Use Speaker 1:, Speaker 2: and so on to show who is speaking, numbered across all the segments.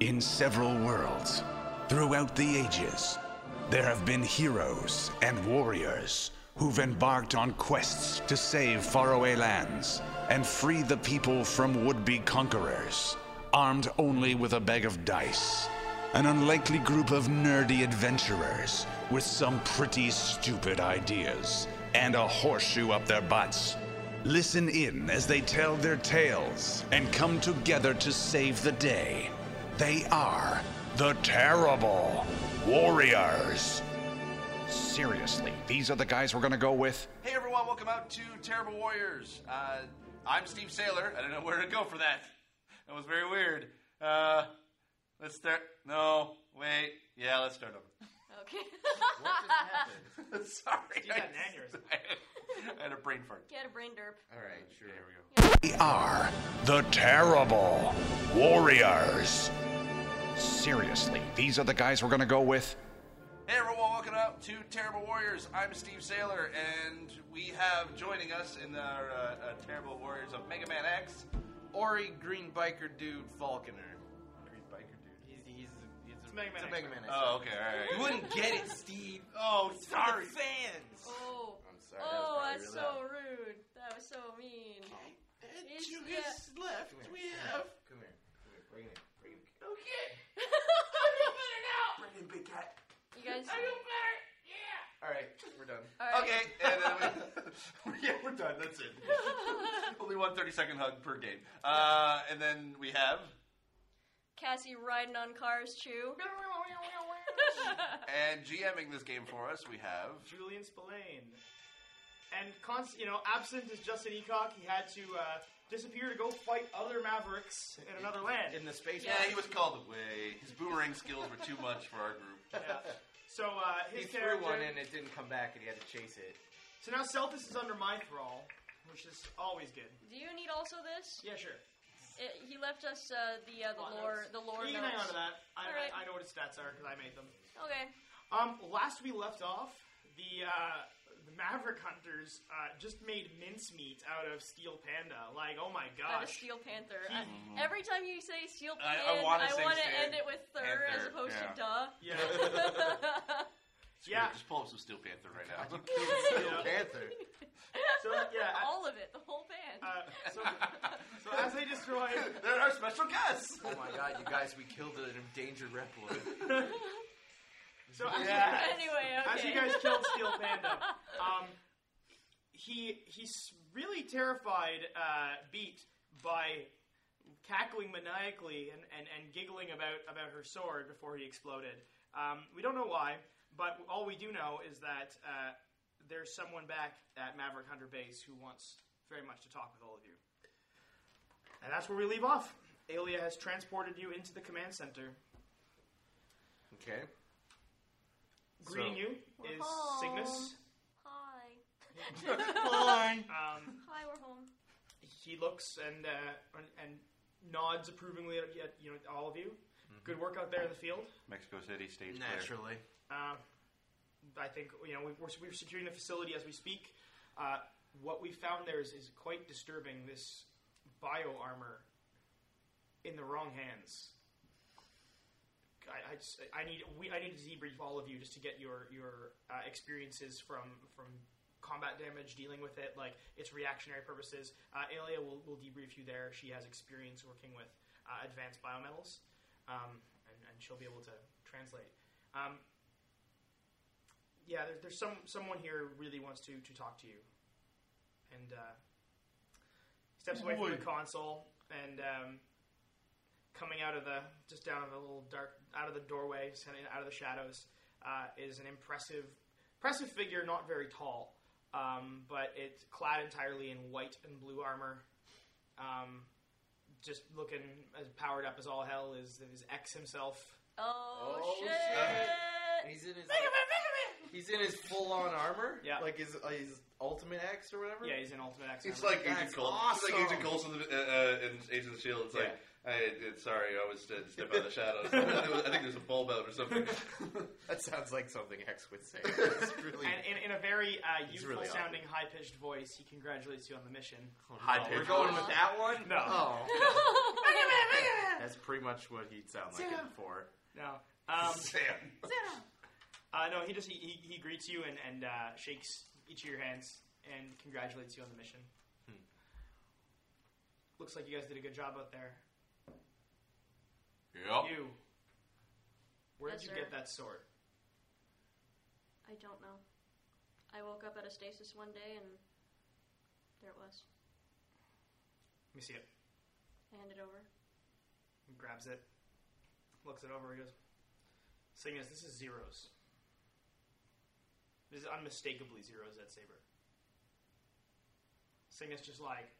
Speaker 1: In several worlds, throughout the ages, there have been heroes and warriors who've embarked on quests to save faraway lands and free the people from would be conquerors, armed only with a bag of dice. An unlikely group of nerdy adventurers with some pretty stupid ideas and a horseshoe up their butts. Listen in as they tell their tales and come together to save the day. They are the Terrible Warriors.
Speaker 2: Seriously, these are the guys we're gonna go with?
Speaker 3: Hey everyone, welcome out to Terrible Warriors. Uh, I'm Steve Sailor. I don't know where to go for that. That was very weird. Uh, let's start. No, wait. Yeah, let's start over.
Speaker 4: Okay.
Speaker 3: Sorry. I,
Speaker 5: got an aneurysm.
Speaker 3: I had a brain fart.
Speaker 4: Get a brain derp.
Speaker 3: All right, sure. Here we go.
Speaker 1: They are the Terrible Warriors.
Speaker 2: Seriously, these are the guys we're gonna go with?
Speaker 3: Hey everyone, welcome out to Terrible Warriors. I'm Steve Sailor, and we have joining us in our uh, uh, Terrible Warriors of Mega Man X, Ori Green Biker Dude Falconer. Green Biker Dude.
Speaker 5: He's, he's, he's a, Mega Man.
Speaker 6: It's a Mega Man.
Speaker 3: Oh, okay, alright.
Speaker 6: You wouldn't get it, Steve.
Speaker 3: Oh,
Speaker 6: Sorry. Fans.
Speaker 4: Oh.
Speaker 6: I'm sorry, that was
Speaker 4: Oh,
Speaker 6: probably
Speaker 4: that's
Speaker 6: really
Speaker 4: so rude. That was so mean. It's-
Speaker 6: to
Speaker 4: yeah.
Speaker 6: his left,
Speaker 3: Come here.
Speaker 6: we have. Come here. Come here. Bring it. in. Bring it. in. Bring it, in, big cat.
Speaker 4: You guys.
Speaker 6: All right, we're done.
Speaker 4: all right.
Speaker 3: Okay, and then we, yeah, we're done. That's it. Only one 30 second hug per game. Uh, and then we have,
Speaker 4: Cassie riding on cars, chew.
Speaker 3: and GMing this game for us, we have.
Speaker 5: Julian Spillane. And const- you know, absent is Justin Eacock. He had to uh, disappear to go fight other Mavericks in another land.
Speaker 6: In the space.
Speaker 3: Yeah, he was called away. His boomerang skills were too much for our group.
Speaker 5: Yeah. So uh,
Speaker 6: He
Speaker 5: his
Speaker 6: threw
Speaker 5: character.
Speaker 6: one and it didn't come back, and he had to chase it.
Speaker 5: So now Celtis is under my thrall, which is always good.
Speaker 4: Do you need also this?
Speaker 5: Yeah, sure.
Speaker 4: It- he left us uh, the uh, the
Speaker 5: Oh,
Speaker 4: lore
Speaker 5: notes.
Speaker 4: the lore
Speaker 5: you can hang on
Speaker 4: notes.
Speaker 5: to that. I,
Speaker 4: All right.
Speaker 5: I, I know what his stats are because I made them.
Speaker 4: Okay.
Speaker 5: Um, last we left off, the uh, the Maverick Hunters uh, just made mincemeat out of Steel Panda. Like, oh my
Speaker 4: Out of
Speaker 5: gosh!
Speaker 4: Steel Panther.
Speaker 5: He-
Speaker 4: I- every time you say Steel
Speaker 3: I- I
Speaker 4: Panther,
Speaker 3: wanna
Speaker 4: I
Speaker 3: say
Speaker 4: want
Speaker 3: Steel
Speaker 4: to end it with third as
Speaker 3: Panther,
Speaker 4: opposed
Speaker 3: yeah.
Speaker 4: to duh.
Speaker 5: Yeah,
Speaker 3: Screw it,
Speaker 5: yeah.
Speaker 3: Just pull up some Steel Panther right now.
Speaker 5: Yeah.
Speaker 6: Panther.
Speaker 5: So yeah, I-
Speaker 4: All of it, the whole band.
Speaker 5: uh, so, so as they destroy,
Speaker 3: They're our special guests.
Speaker 6: Oh my god, you guys, we killed an endangered reptile.
Speaker 5: so as,
Speaker 3: Yeah.
Speaker 4: anyway, okay.
Speaker 5: as you guys killed Steel Panda, um, he he's really terrified, uh, beat by cackling maniacally and, and, and giggling about, about her sword before he exploded. Um, we don't know why, but all we do know is that uh, there's someone back at Maverick Hunter Base who wants very much to talk with all of you. And that's where we leave off. Alia has transported you into the command center.
Speaker 6: Okay.
Speaker 5: Greeting
Speaker 6: So-
Speaker 5: you is
Speaker 4: Wow.
Speaker 5: Cygnus.
Speaker 4: Hi.
Speaker 6: Bye.
Speaker 5: Um,
Speaker 4: Hi, we're home.
Speaker 5: he looks and uh, and- and nods approvingly at, at you know all of you. Good work out there in the field.
Speaker 3: Mexico City stage
Speaker 6: Naturally.
Speaker 5: Uh, I think you know we, we're, we're securing the facility as we speak. Uh, what we found there is, is quite disturbing. This bio armor in the wrong hands. I, I, just- I need we I need to debrief all of you just to get your your uh, experiences from from combat damage, dealing with it, like its reactionary purposes. Uh, Alia will, will debrief you there. She has experience working with uh, advanced biometals, um, and, and she'll be able to translate. Um, yeah, there, there's some someone here really wants to to talk to you, and uh, steps away from the console and. Um, coming out of the just down of the little dark out of the doorway, just kind of out of the shadows, uh, is an impressive, impressive figure. Not very tall, um, but it's clad entirely in white and blue armor. Um, just looking as powered up as all hell is is X himself.
Speaker 4: Oh,
Speaker 6: Oh,
Speaker 4: shit.
Speaker 6: shit. He's in his.
Speaker 5: Mega
Speaker 6: He's in his full-on armor.
Speaker 5: Yeah.
Speaker 6: Like his uh, his ultimate X or whatever.
Speaker 5: Yeah, he's in Ultimate X.
Speaker 3: It's
Speaker 5: armor.
Speaker 3: like Agent
Speaker 6: That's
Speaker 3: Coulson. It's like
Speaker 6: awesome.
Speaker 3: Agent Coulson uh, uh, in Agents of Shield. It's like I, it, sorry, I was uh, step out of the shadows. I think there's a bulb out or something.
Speaker 6: That sounds like something Hex would say. It's really
Speaker 5: And in, in a very uh,
Speaker 6: He's
Speaker 5: youthful
Speaker 6: really Oh,
Speaker 5: sounding, high pitched voice, he congratulates you on the mission.
Speaker 6: high
Speaker 7: We're
Speaker 6: pitched.
Speaker 7: going with that one.
Speaker 5: No.
Speaker 6: Oh,
Speaker 4: Xana!
Speaker 6: that's pretty much what he'd sound like in four.
Speaker 5: No. Um,
Speaker 6: Sam.
Speaker 5: uh, no, he just he, he, he greets you and, and uh, shakes each of your hands and congratulates you on the mission. Looks like you guys did a good job out there.
Speaker 3: Oh.
Speaker 6: Yep.
Speaker 5: You. Where
Speaker 4: Yes,
Speaker 5: did you
Speaker 4: sir.
Speaker 5: get that sword?
Speaker 4: I don't know. I woke up at a stasis one day and there it was.
Speaker 5: Let me see it.
Speaker 4: I hand it over.
Speaker 5: He grabs it, looks it over, he goes, Seeing as this is zeros. This is unmistakably zeros at Saber. Cygnus just like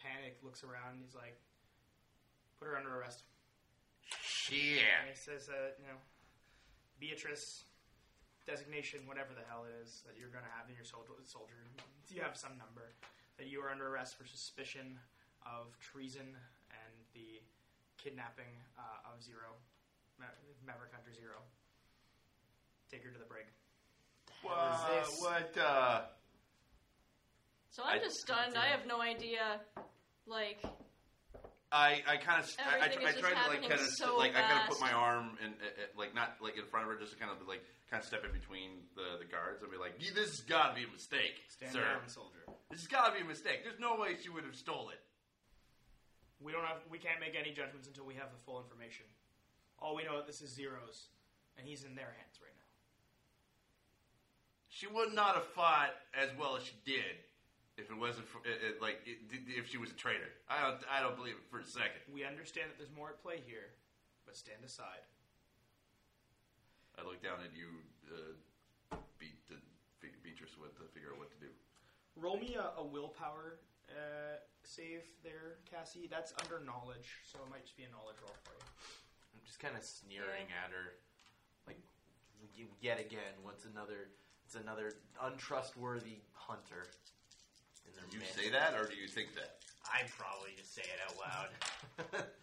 Speaker 5: panic looks around, he's like, put her under arrest.
Speaker 6: Shit.
Speaker 5: And he says that, you know, Beatrice designation, whatever the hell it is that you're going to have in your soldier, soldier, you have some number, that you are under arrest for suspicion of treason and the kidnapping uh, of Zero, Ma- Maverick Hunter Zero. Take her to the brig.
Speaker 6: What? What? Uh,
Speaker 4: So I'm
Speaker 3: I-
Speaker 4: just stunned. I have no idea. Like,
Speaker 3: I, I kind of I, I,
Speaker 4: Everything
Speaker 3: I
Speaker 4: is just
Speaker 3: tried to like
Speaker 4: happening
Speaker 3: kind of
Speaker 4: so
Speaker 3: like I kind of put
Speaker 4: fast.
Speaker 3: my arm and uh, uh, like not like in front of her just to kind of like kind of step in between the, the guards and be like "Yeah, this has got to be a mistake,
Speaker 5: Stand
Speaker 3: sir.
Speaker 5: down, soldier.
Speaker 3: This has got to be a mistake. There's no way she would have stolen.
Speaker 5: We don't have. We can't make any judgments until we have the full information. All we know that this is Zero's, and he's in their hands right now.
Speaker 3: She would not have fought as well as she did if it wasn't for, it, it, like it, if she was a traitor. I don't I don't believe it for a second.
Speaker 5: We understand that there's more at play here, but stand aside.
Speaker 3: I look down at you, uh, beat the Be- Beatrice with to figure out what to do.
Speaker 5: Roll me a, a willpower uh, save there, Cassie. That's under knowledge, so it might just be a knowledge roll for you.
Speaker 6: I'm just kind of sneering at her, like y- yet again. What's another? It's another untrustworthy hunter. In their
Speaker 3: Do you
Speaker 6: midst.
Speaker 3: say that or do you think that?
Speaker 6: I probably just say it out loud.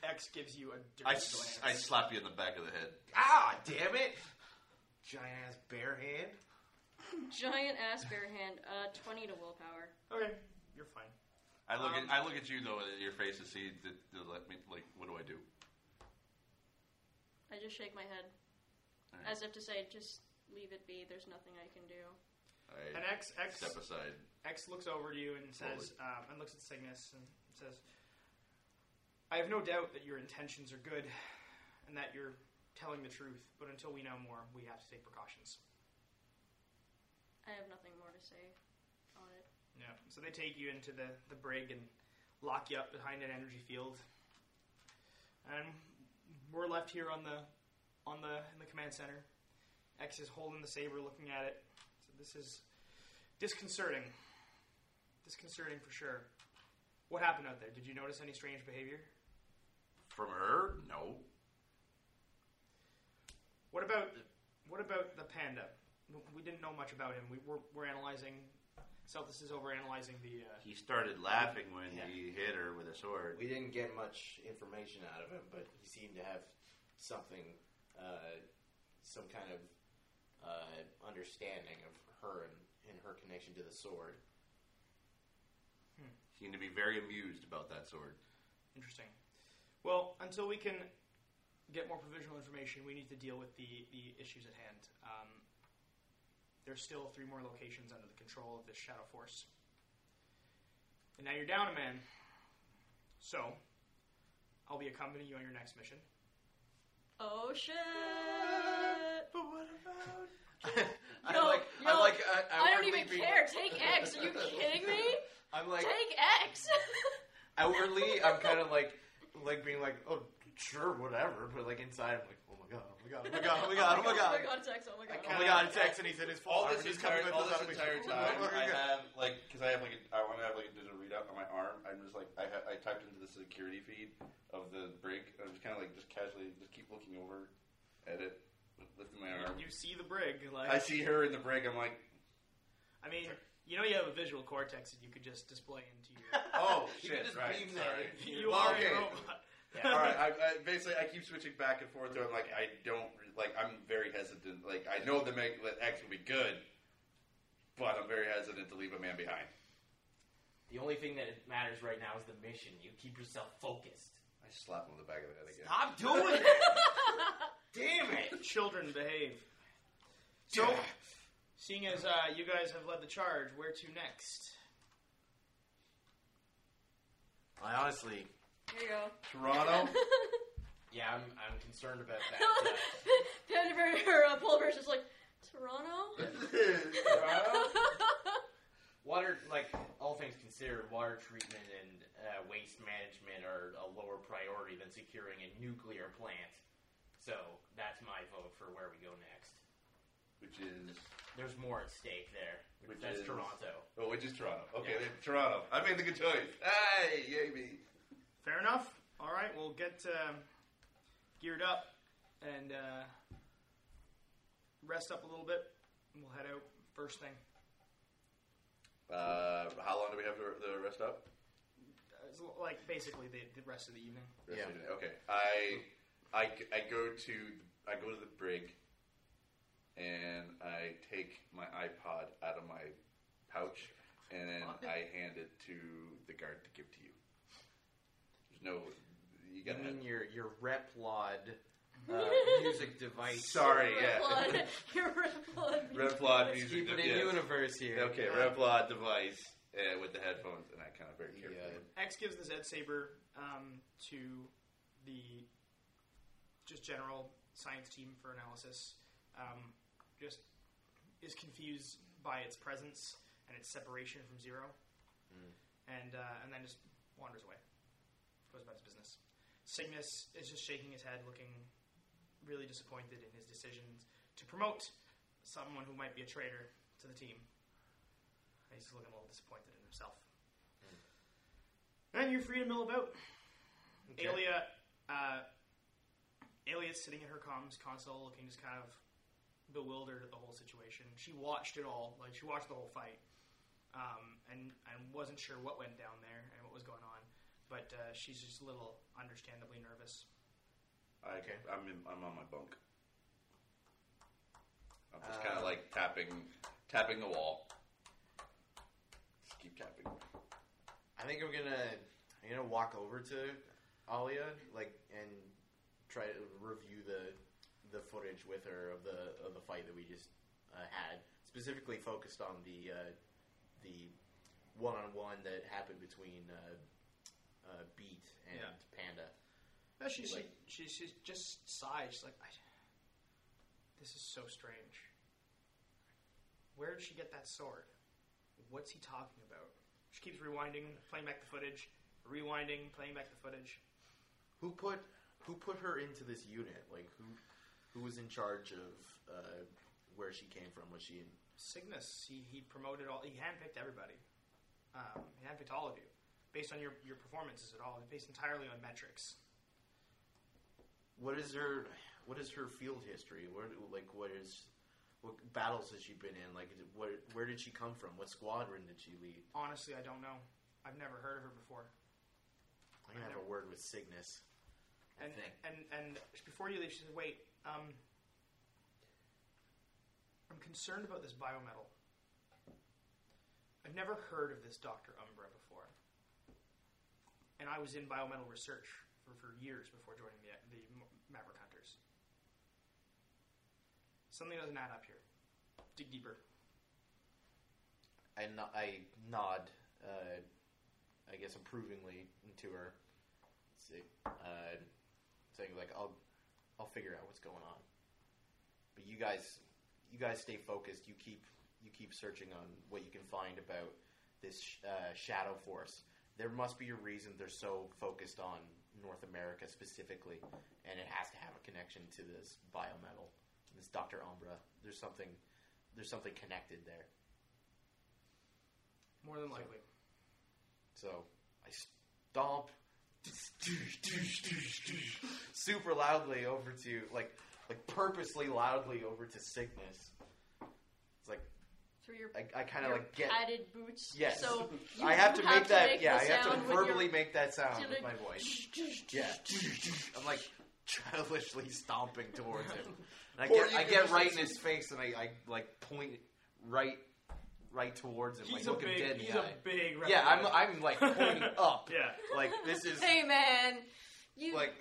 Speaker 5: X gives you a dirty
Speaker 3: I, s-
Speaker 5: glance.
Speaker 3: I slap you in the back of the head.
Speaker 6: ah, damn it! Giant ass bare hand.
Speaker 4: giant ass bare hand. Uh, 20 to willpower.
Speaker 5: okay, you're fine.
Speaker 3: I look at
Speaker 5: Um,
Speaker 3: I look at you though at your face to see that to let me like what do I do?
Speaker 4: I just shake my head.
Speaker 3: Alright.
Speaker 4: As if to say, just leave it be. There's nothing I can do.
Speaker 5: And
Speaker 3: I
Speaker 5: X X
Speaker 3: step aside.
Speaker 5: X looks over to you and says, um, and looks at Cygnus and says, "I have no doubt that your intentions are good, and that you're telling the truth. But until we know more, we have to take precautions."
Speaker 4: I have nothing more to say on it.
Speaker 5: Yeah. So they take you into the, the brig and lock you up behind an energy field. And we're left here on the on the in the command center. X is holding the saber looking at it. So this is disconcerting. Disconcerting for sure. What happened out there? Did you notice any strange behavior?
Speaker 3: From her? No.
Speaker 5: What about what about the panda? W- We didn't know much about him. We were, we're analyzing. Celtis is over analyzing the. Uh,
Speaker 3: He started laughing when
Speaker 6: Yeah.
Speaker 3: he hit her with a sword.
Speaker 6: We didn't get much information out of him, but he seemed to have something, uh, some kind of uh, understanding of her and, and her connection to the sword.
Speaker 3: He seemed to be very amused about that sword.
Speaker 5: Interesting. Well, until we can get more provisional information, we need to deal with the, the issues at hand. Um, there's still three more locations under the control of this shadow force. And now you're down a man. So, I'll be accompanying you on your next mission.
Speaker 4: Oh shit!
Speaker 6: But what about?
Speaker 4: Yo,
Speaker 6: I'm like,
Speaker 4: yo,
Speaker 6: I'm like, I, I
Speaker 4: I don't
Speaker 6: outwardly
Speaker 4: even
Speaker 6: be-
Speaker 4: care. Take X. Are you kidding me?
Speaker 6: I'm like,
Speaker 4: Take X.
Speaker 6: outwardly, I'm kind of like, like being like, oh, sure, whatever. But like inside, I'm like, oh my god, oh my god, oh my god, oh my god, oh my god.
Speaker 4: Oh my god, it's X. Oh my god.
Speaker 6: Oh my god, it's X and he's in his full
Speaker 3: All
Speaker 6: armor,
Speaker 3: this
Speaker 6: he's
Speaker 3: entire,
Speaker 6: coming with
Speaker 3: all
Speaker 6: us
Speaker 3: this
Speaker 6: out of me.
Speaker 3: entire time,
Speaker 6: Oh my
Speaker 3: I
Speaker 6: God.
Speaker 3: have like because I have like a, I want to have like a digital readout on my arm. I'm just like I, ha- I typed into the security feed of the break. I'm just kind of like just casually just keep looking over at it, lifting my arm.
Speaker 5: You see the brig. Like,
Speaker 3: I see her in the break. I'm like,
Speaker 5: I mean, you know you have a visual cortex that you could just display into your...
Speaker 3: oh
Speaker 6: You can
Speaker 3: shit,
Speaker 6: just
Speaker 3: right?
Speaker 6: beam that
Speaker 3: Sorry.
Speaker 6: in.
Speaker 5: you are a
Speaker 3: Okay.
Speaker 5: robot.
Speaker 8: Yeah. All
Speaker 3: All right. I, I, basically, I keep switching back and forth. Where I'm like, I don't re- like. I'm very hesitant. Like, I know the meg- that X will be good, but I'm very hesitant to leave a man behind.
Speaker 6: The only thing that matters right now is the mission. You keep yourself focused.
Speaker 3: I slap him on the back of the head again.
Speaker 6: I'm doing it. Damn it.
Speaker 5: Children behave. So, seeing as uh, you guys have led the charge, where to next?
Speaker 6: I honestly,
Speaker 4: There you go.
Speaker 3: Toronto.
Speaker 6: yeah, I'm, I'm concerned about that.
Speaker 4: Denver or uh, Pulver's just like Toronto.
Speaker 6: Toronto? Water, like all things considered, water treatment and uh, waste management are a lower priority than securing a nuclear plant. So that's my vote for where we go next.
Speaker 3: which is
Speaker 6: There's more at stake there.
Speaker 3: Which
Speaker 6: that's
Speaker 3: is-
Speaker 6: Toronto.
Speaker 3: oh, which is Toronto. Okay,
Speaker 6: Yeah.
Speaker 3: then Toronto. I made the good choice. Hey, yay me.
Speaker 5: Fair enough. All right, we'll get um, geared up and uh, rest up a little bit. and We'll head out first thing.
Speaker 3: Uh, how long do we have the, the rest up?
Speaker 5: Uh, it's like basically the, the rest of the evening.
Speaker 3: Rest
Speaker 6: Yeah.
Speaker 3: of the- Okay. I, I, I go to I go to the brig, and I take my iPod out of my pouch, and then I hand it to the guard to give to you. There's no, you
Speaker 6: You
Speaker 3: gotta.
Speaker 6: mean your your replod uh, music device?
Speaker 3: sorry, yeah.
Speaker 4: Replod. Your Replod.
Speaker 3: Replod
Speaker 4: music.
Speaker 3: music.
Speaker 6: Keep it in
Speaker 3: yes.
Speaker 6: universe here.
Speaker 3: Okay, Replod device uh, with the headphones, and I kind of very
Speaker 6: Yeah.
Speaker 3: carefully.
Speaker 5: X gives the Zed Saber um, to the just general science team for analysis. Um, just is confused by its presence and its separation from zero, and uh, and then just wanders away, goes about his business. Cygnus is just shaking his head, looking really disappointed in his decisions to promote someone who might be a traitor to the team. He's looking a little disappointed in himself. And you're free to mill about.
Speaker 6: Okay.
Speaker 5: Alia, uh, Alia's sitting at her comms console, looking just kind of bewildered at the whole situation. She watched it all, like she watched the whole fight, um, and and wasn't sure what went down there and what was going on. But uh, she's just a little, understandably nervous.
Speaker 3: I,
Speaker 6: Okay.
Speaker 3: I'm in, I'm on my bunk. I'm
Speaker 6: Uh,
Speaker 3: just kind of like tapping, tapping the wall. Just keep tapping.
Speaker 6: I think I'm gonna I'm gonna walk over to Alia like and try to review the the footage with her of the of the fight that we just uh, had, specifically focused on the uh, the one on one that happened between uh, uh, Beat and
Speaker 5: Yeah.
Speaker 6: Panda.
Speaker 5: No, she, she,
Speaker 6: Like-
Speaker 5: she, she just sighs. She's like, I, this is so strange. Where did she get that sword? What's he talking about? She keeps rewinding, playing back the footage, rewinding, playing back the footage.
Speaker 6: Who put who put her into this unit? Like who who was in charge of uh, where she came from? Was she in?
Speaker 5: Cygnus, he, he promoted all, he handpicked everybody. Um, he handpicked all of you, based on your, your performances at all, based entirely on metrics.
Speaker 6: what is her what is her field history where like what is what battles has she been in like is it- what where did she come from what squadron did she lead
Speaker 5: Honestly, I don't know. I've never heard of her before.
Speaker 6: i'm gonna have a word with cygnus
Speaker 5: and
Speaker 6: think.
Speaker 5: and and before you leave, she says, "Wait, um, I'm concerned about this biometal. I've never heard of this Doctor Umbra before, and I was in biometal research for, for years before joining the the Ma- Maverick Hunters. Something doesn't add up here. Dig deeper.
Speaker 6: i, no- I nod uh, i guess approvingly to her say, uh, saying like i'll i'll figure out what's going on but you guys you guys stay focused you keep you keep searching on what you can find about this sh- uh, shadow force there must be a reason they're so focused on north america specifically and it has to have a connection to this biometal this dr umbra there's something there's something connected there
Speaker 5: More than likely.
Speaker 6: so I stomp super loudly over to like like purposely loudly over to Cygnus. It's like
Speaker 4: through your
Speaker 6: I, I kind of
Speaker 4: your
Speaker 6: like get.
Speaker 4: padded boots.
Speaker 6: Yes.
Speaker 4: So you
Speaker 6: I have to make that.
Speaker 4: make
Speaker 6: yeah,
Speaker 4: the
Speaker 6: I have to
Speaker 4: sound with your-
Speaker 6: verbally make that sound
Speaker 4: your
Speaker 6: with my
Speaker 4: leg-
Speaker 6: voice. yeah. I'm like childishly stomping towards him. And I
Speaker 9: Or
Speaker 6: get,
Speaker 9: you
Speaker 6: I
Speaker 9: can
Speaker 6: get
Speaker 9: just,
Speaker 6: right
Speaker 9: like,
Speaker 6: in his face, and I, I like point right, right towards him, like
Speaker 5: He's a
Speaker 6: looking dead
Speaker 5: big.
Speaker 6: in
Speaker 5: He's
Speaker 6: the
Speaker 5: a
Speaker 6: eye.
Speaker 5: big.
Speaker 6: Yeah, I'm,
Speaker 5: reptile.
Speaker 6: I'm like pointing up.
Speaker 5: Yeah.
Speaker 6: Like this is
Speaker 4: Hey man, you
Speaker 6: like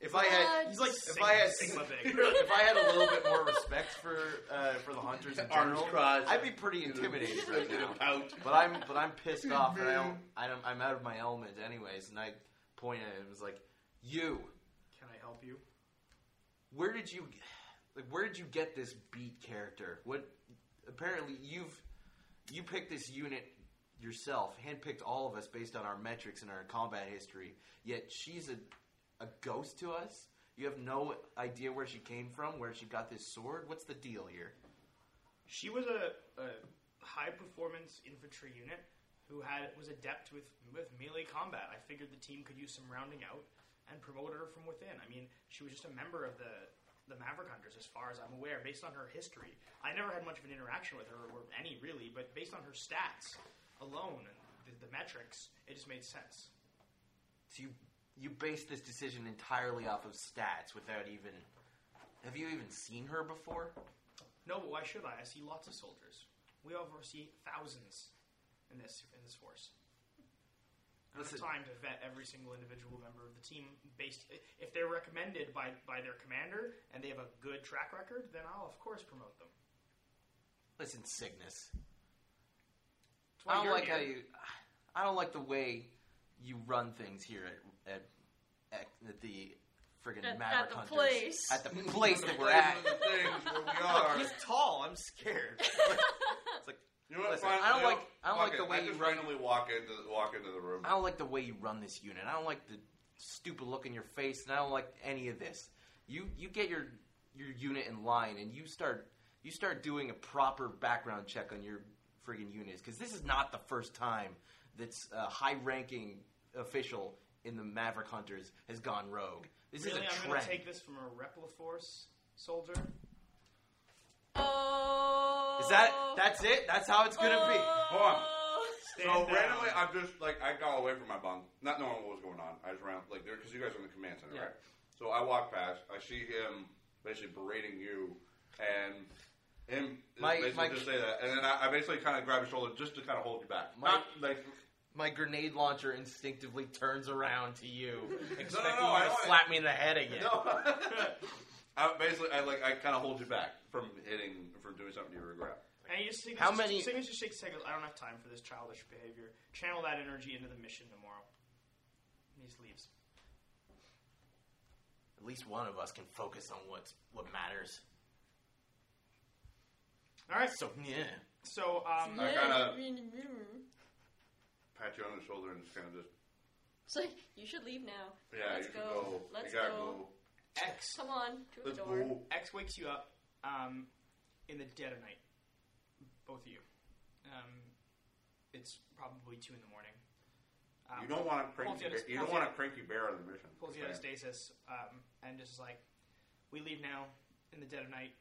Speaker 6: if I had
Speaker 5: He's like
Speaker 6: if I had
Speaker 5: Sigma big.
Speaker 6: if I had a little bit more respect for uh, for the hunters in
Speaker 10: Arms
Speaker 6: general,
Speaker 10: crossed.
Speaker 6: I'd be pretty intimidated right
Speaker 10: in a
Speaker 6: now.
Speaker 10: pout.
Speaker 6: But I'm but I'm pissed off and I don't, I don't I'm out of my element anyways. And I point at him and was like, "You,
Speaker 5: Can I help you?
Speaker 6: where did you like where did you get this beat character? What apparently you've you picked this unit." Yourself handpicked all of us based on our metrics and our combat history. Yet she's a, a ghost to us. You have no idea where she came from, where she got this sword. What's the deal here?
Speaker 5: She was a, a high performance infantry unit who had was adept with with melee combat. I figured the team could use some rounding out and promoted her from within. I mean, she was just a member of the the Maverick Hunters, as far as I'm aware, based on her history. I never had much of an interaction with her or any really, but based on her stats alone and the, the metrics, it just made sense.
Speaker 6: So you you base this decision entirely off of stats without even have you even seen her before?
Speaker 5: No, but why should I? I see lots of soldiers. We oversee thousands in this in this force. I don't
Speaker 6: Listen.
Speaker 5: have time to vet every single individual member of the team based if they're recommended by, by their commander and they have a good track record, then I'll of course promote them.
Speaker 6: Listen, Cygnus.
Speaker 5: That's why
Speaker 6: I don't
Speaker 5: you're
Speaker 6: like how
Speaker 5: here.
Speaker 6: you I don't like the way you run things here at at, at, the friggin'
Speaker 4: At-
Speaker 6: Maverick
Speaker 4: at the
Speaker 6: Hunters.
Speaker 4: place.
Speaker 6: At the place that
Speaker 3: Oh
Speaker 6: we're at.
Speaker 9: Those are the things where we
Speaker 6: Look,
Speaker 9: are.
Speaker 6: he's tall. I'm scared. it's like
Speaker 10: You know what?
Speaker 6: Listen,
Speaker 10: Fine,
Speaker 6: I don't
Speaker 10: you know,
Speaker 6: like- I don't
Speaker 10: fuck
Speaker 6: like the
Speaker 10: it.
Speaker 6: way
Speaker 10: I
Speaker 6: you
Speaker 10: just
Speaker 6: run-
Speaker 10: randomly walk into walk into the room.
Speaker 6: I don't like the way you run this unit. I don't like the stupid look in your face, and I don't like any of this. You you get your your unit in line, and you start you start doing a proper background check on your friggin' units because this is not the first time that's a high ranking official in the Maverick Hunters has gone rogue. This
Speaker 5: really,
Speaker 6: is a
Speaker 5: I'm
Speaker 6: trend.
Speaker 5: gonna take this from a Repliforce soldier.
Speaker 4: Oh.
Speaker 6: Is that that's it? That's how it's gonna be.
Speaker 10: Hold on.
Speaker 5: Stand
Speaker 10: So
Speaker 5: down.
Speaker 10: randomly, I'm just like I got away from my bunk, not knowing what was going on. I just ran like there because you guys are in the command center, right? So I walk past. I see him basically berating you, and him
Speaker 6: My-
Speaker 10: basically
Speaker 6: my-
Speaker 10: just say that, and then I, I basically kind of grab his shoulder just to kind of hold you back.
Speaker 6: My-
Speaker 10: not like
Speaker 6: My grenade launcher instinctively turns around to you, expecting
Speaker 10: no, I
Speaker 6: you to
Speaker 10: don't-
Speaker 6: slap me in the head again.
Speaker 10: no. I basically I like I kind of hold you back from hitting from doing something you regret.
Speaker 5: uh, And you just sing,
Speaker 6: How many-
Speaker 5: signature shakes his head, goes, I don't have time for this childish behavior. Channel that energy into the mission tomorrow. And he just leaves.
Speaker 6: At least one of us can focus on what's what matters.
Speaker 5: Alright,
Speaker 6: So yeah.
Speaker 5: so um,
Speaker 10: I kind of
Speaker 4: It's
Speaker 10: pat you on the shoulder and just kind of just
Speaker 4: like you should leave now.
Speaker 10: yeah,
Speaker 4: Let's
Speaker 10: you should
Speaker 4: go.
Speaker 10: go.
Speaker 4: Let's
Speaker 10: you gotta
Speaker 4: go.
Speaker 5: X
Speaker 4: Come on to
Speaker 10: Let's
Speaker 4: the
Speaker 10: go.
Speaker 4: door.
Speaker 5: X wakes you up um, in the dead of night, both of you. Um, it's probably two in the morning. Um,
Speaker 10: You don't want a cranky.
Speaker 5: pulls you out of-
Speaker 10: bear- You don't
Speaker 5: pulls you
Speaker 10: want a
Speaker 5: out-
Speaker 10: cranky bear on the mission.
Speaker 5: pulls you out of
Speaker 10: Okay.
Speaker 5: stasis um, and just is like, "We leave now in the dead of night.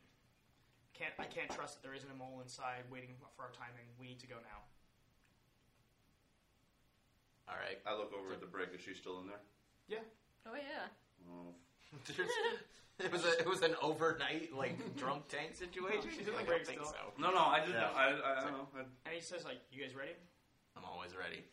Speaker 5: Can't I can't trust that there isn't a mole inside waiting for our timing. We need to go now."
Speaker 6: All right.
Speaker 10: I look over at the brick. Is she still in there?
Speaker 5: Yeah,
Speaker 4: Oh yeah.
Speaker 9: Mm.
Speaker 10: Oh.
Speaker 6: it was a, it was an overnight like drunk tank situation.
Speaker 5: she's in
Speaker 6: Like,
Speaker 5: the
Speaker 6: I
Speaker 5: break
Speaker 6: don't think
Speaker 5: still.
Speaker 6: so.
Speaker 10: No, no, I just
Speaker 6: Yeah.
Speaker 10: I, I, I don't know. I,
Speaker 5: and he says like, "You guys ready?
Speaker 6: I'm always ready.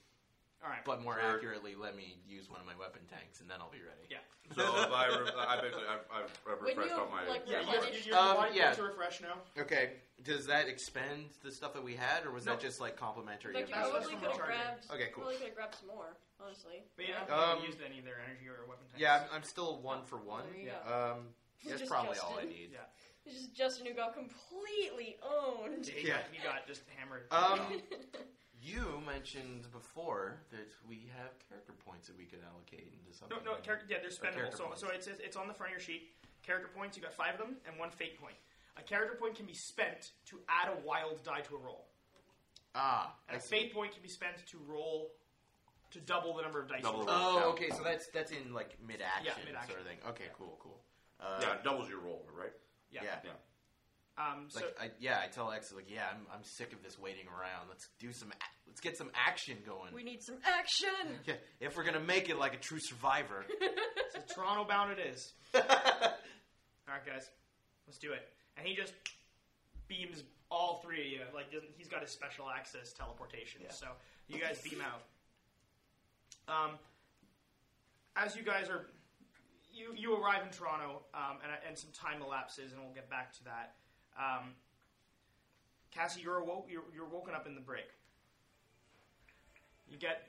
Speaker 5: All right,
Speaker 6: But more
Speaker 10: Sure.
Speaker 6: accurately, let me use one of my weapon tanks, and then I'll be ready.
Speaker 5: yeah."
Speaker 10: so if I, re- I basically I've, I've, I've
Speaker 4: When
Speaker 10: refreshed
Speaker 4: you,
Speaker 10: all my.
Speaker 4: like, Um,
Speaker 5: Yeah, you're, you're, you're
Speaker 6: um,
Speaker 5: wanting
Speaker 6: yeah.
Speaker 5: to refresh now.
Speaker 6: Okay. Does that expend the stuff that we had, or was that just like complimentary?
Speaker 4: Like you
Speaker 5: that's- that's
Speaker 4: probably
Speaker 5: from
Speaker 4: could have
Speaker 5: recharging.
Speaker 4: grabbed.
Speaker 6: Okay, cool.
Speaker 4: Probably could have grabbed some more. Honestly.
Speaker 5: But yeah, I
Speaker 6: Yeah.
Speaker 5: haven't
Speaker 6: Um,
Speaker 5: used any of their energy or weapon types.
Speaker 6: yeah, I'm, I'm still one for one.
Speaker 4: There you
Speaker 5: Yeah.
Speaker 4: go.
Speaker 6: Um, that's
Speaker 4: Just
Speaker 6: probably
Speaker 4: Justin.
Speaker 6: all I need.
Speaker 5: Yeah.
Speaker 4: It's just Justin who got completely owned.
Speaker 5: He,
Speaker 6: Yeah.
Speaker 5: got, he got just hammered.
Speaker 6: Um, you mentioned before that we have character points that we could allocate into something.
Speaker 5: No, no,
Speaker 6: like-
Speaker 5: character, yeah,
Speaker 6: Or
Speaker 5: they're spendable.
Speaker 6: character
Speaker 5: So,
Speaker 6: points.
Speaker 5: so it's, it's on the front of your sheet. Character points, you got five of them, and one fate point. A character point can be spent to add a wild die to a roll.
Speaker 6: ah,
Speaker 5: And
Speaker 6: I
Speaker 5: a
Speaker 6: see.
Speaker 5: fate point can be spent to roll to double the number of dice.
Speaker 10: Double
Speaker 5: you
Speaker 10: the
Speaker 5: roll.
Speaker 10: roll.
Speaker 6: Oh,
Speaker 10: Yeah.
Speaker 6: okay. So that's that's in like mid action
Speaker 5: mid-action.
Speaker 6: sort of thing. Okay, cool, cool. Uh,
Speaker 10: yeah, doubles your roll, right?
Speaker 5: Yeah.
Speaker 6: yeah.
Speaker 10: Yeah.
Speaker 5: Um, so
Speaker 6: Like, I, yeah, I tell X like, yeah, I'm, I'm sick of this waiting around. Let's do some, a- let's get some action going.
Speaker 4: We need some action.
Speaker 6: yeah, if we're gonna make it like a true survivor.
Speaker 5: so Toronto bound it is. All right, guys, let's do it. And he just beams all three of you. Like doesn't, he's got his special access teleportation. So you guys beam out. Um, as you guys are, you you arrive in Toronto, um, and and some time elapses, and we'll get back to that. Um, Cassie, you're awoke. You're, you're woken up in the break. You get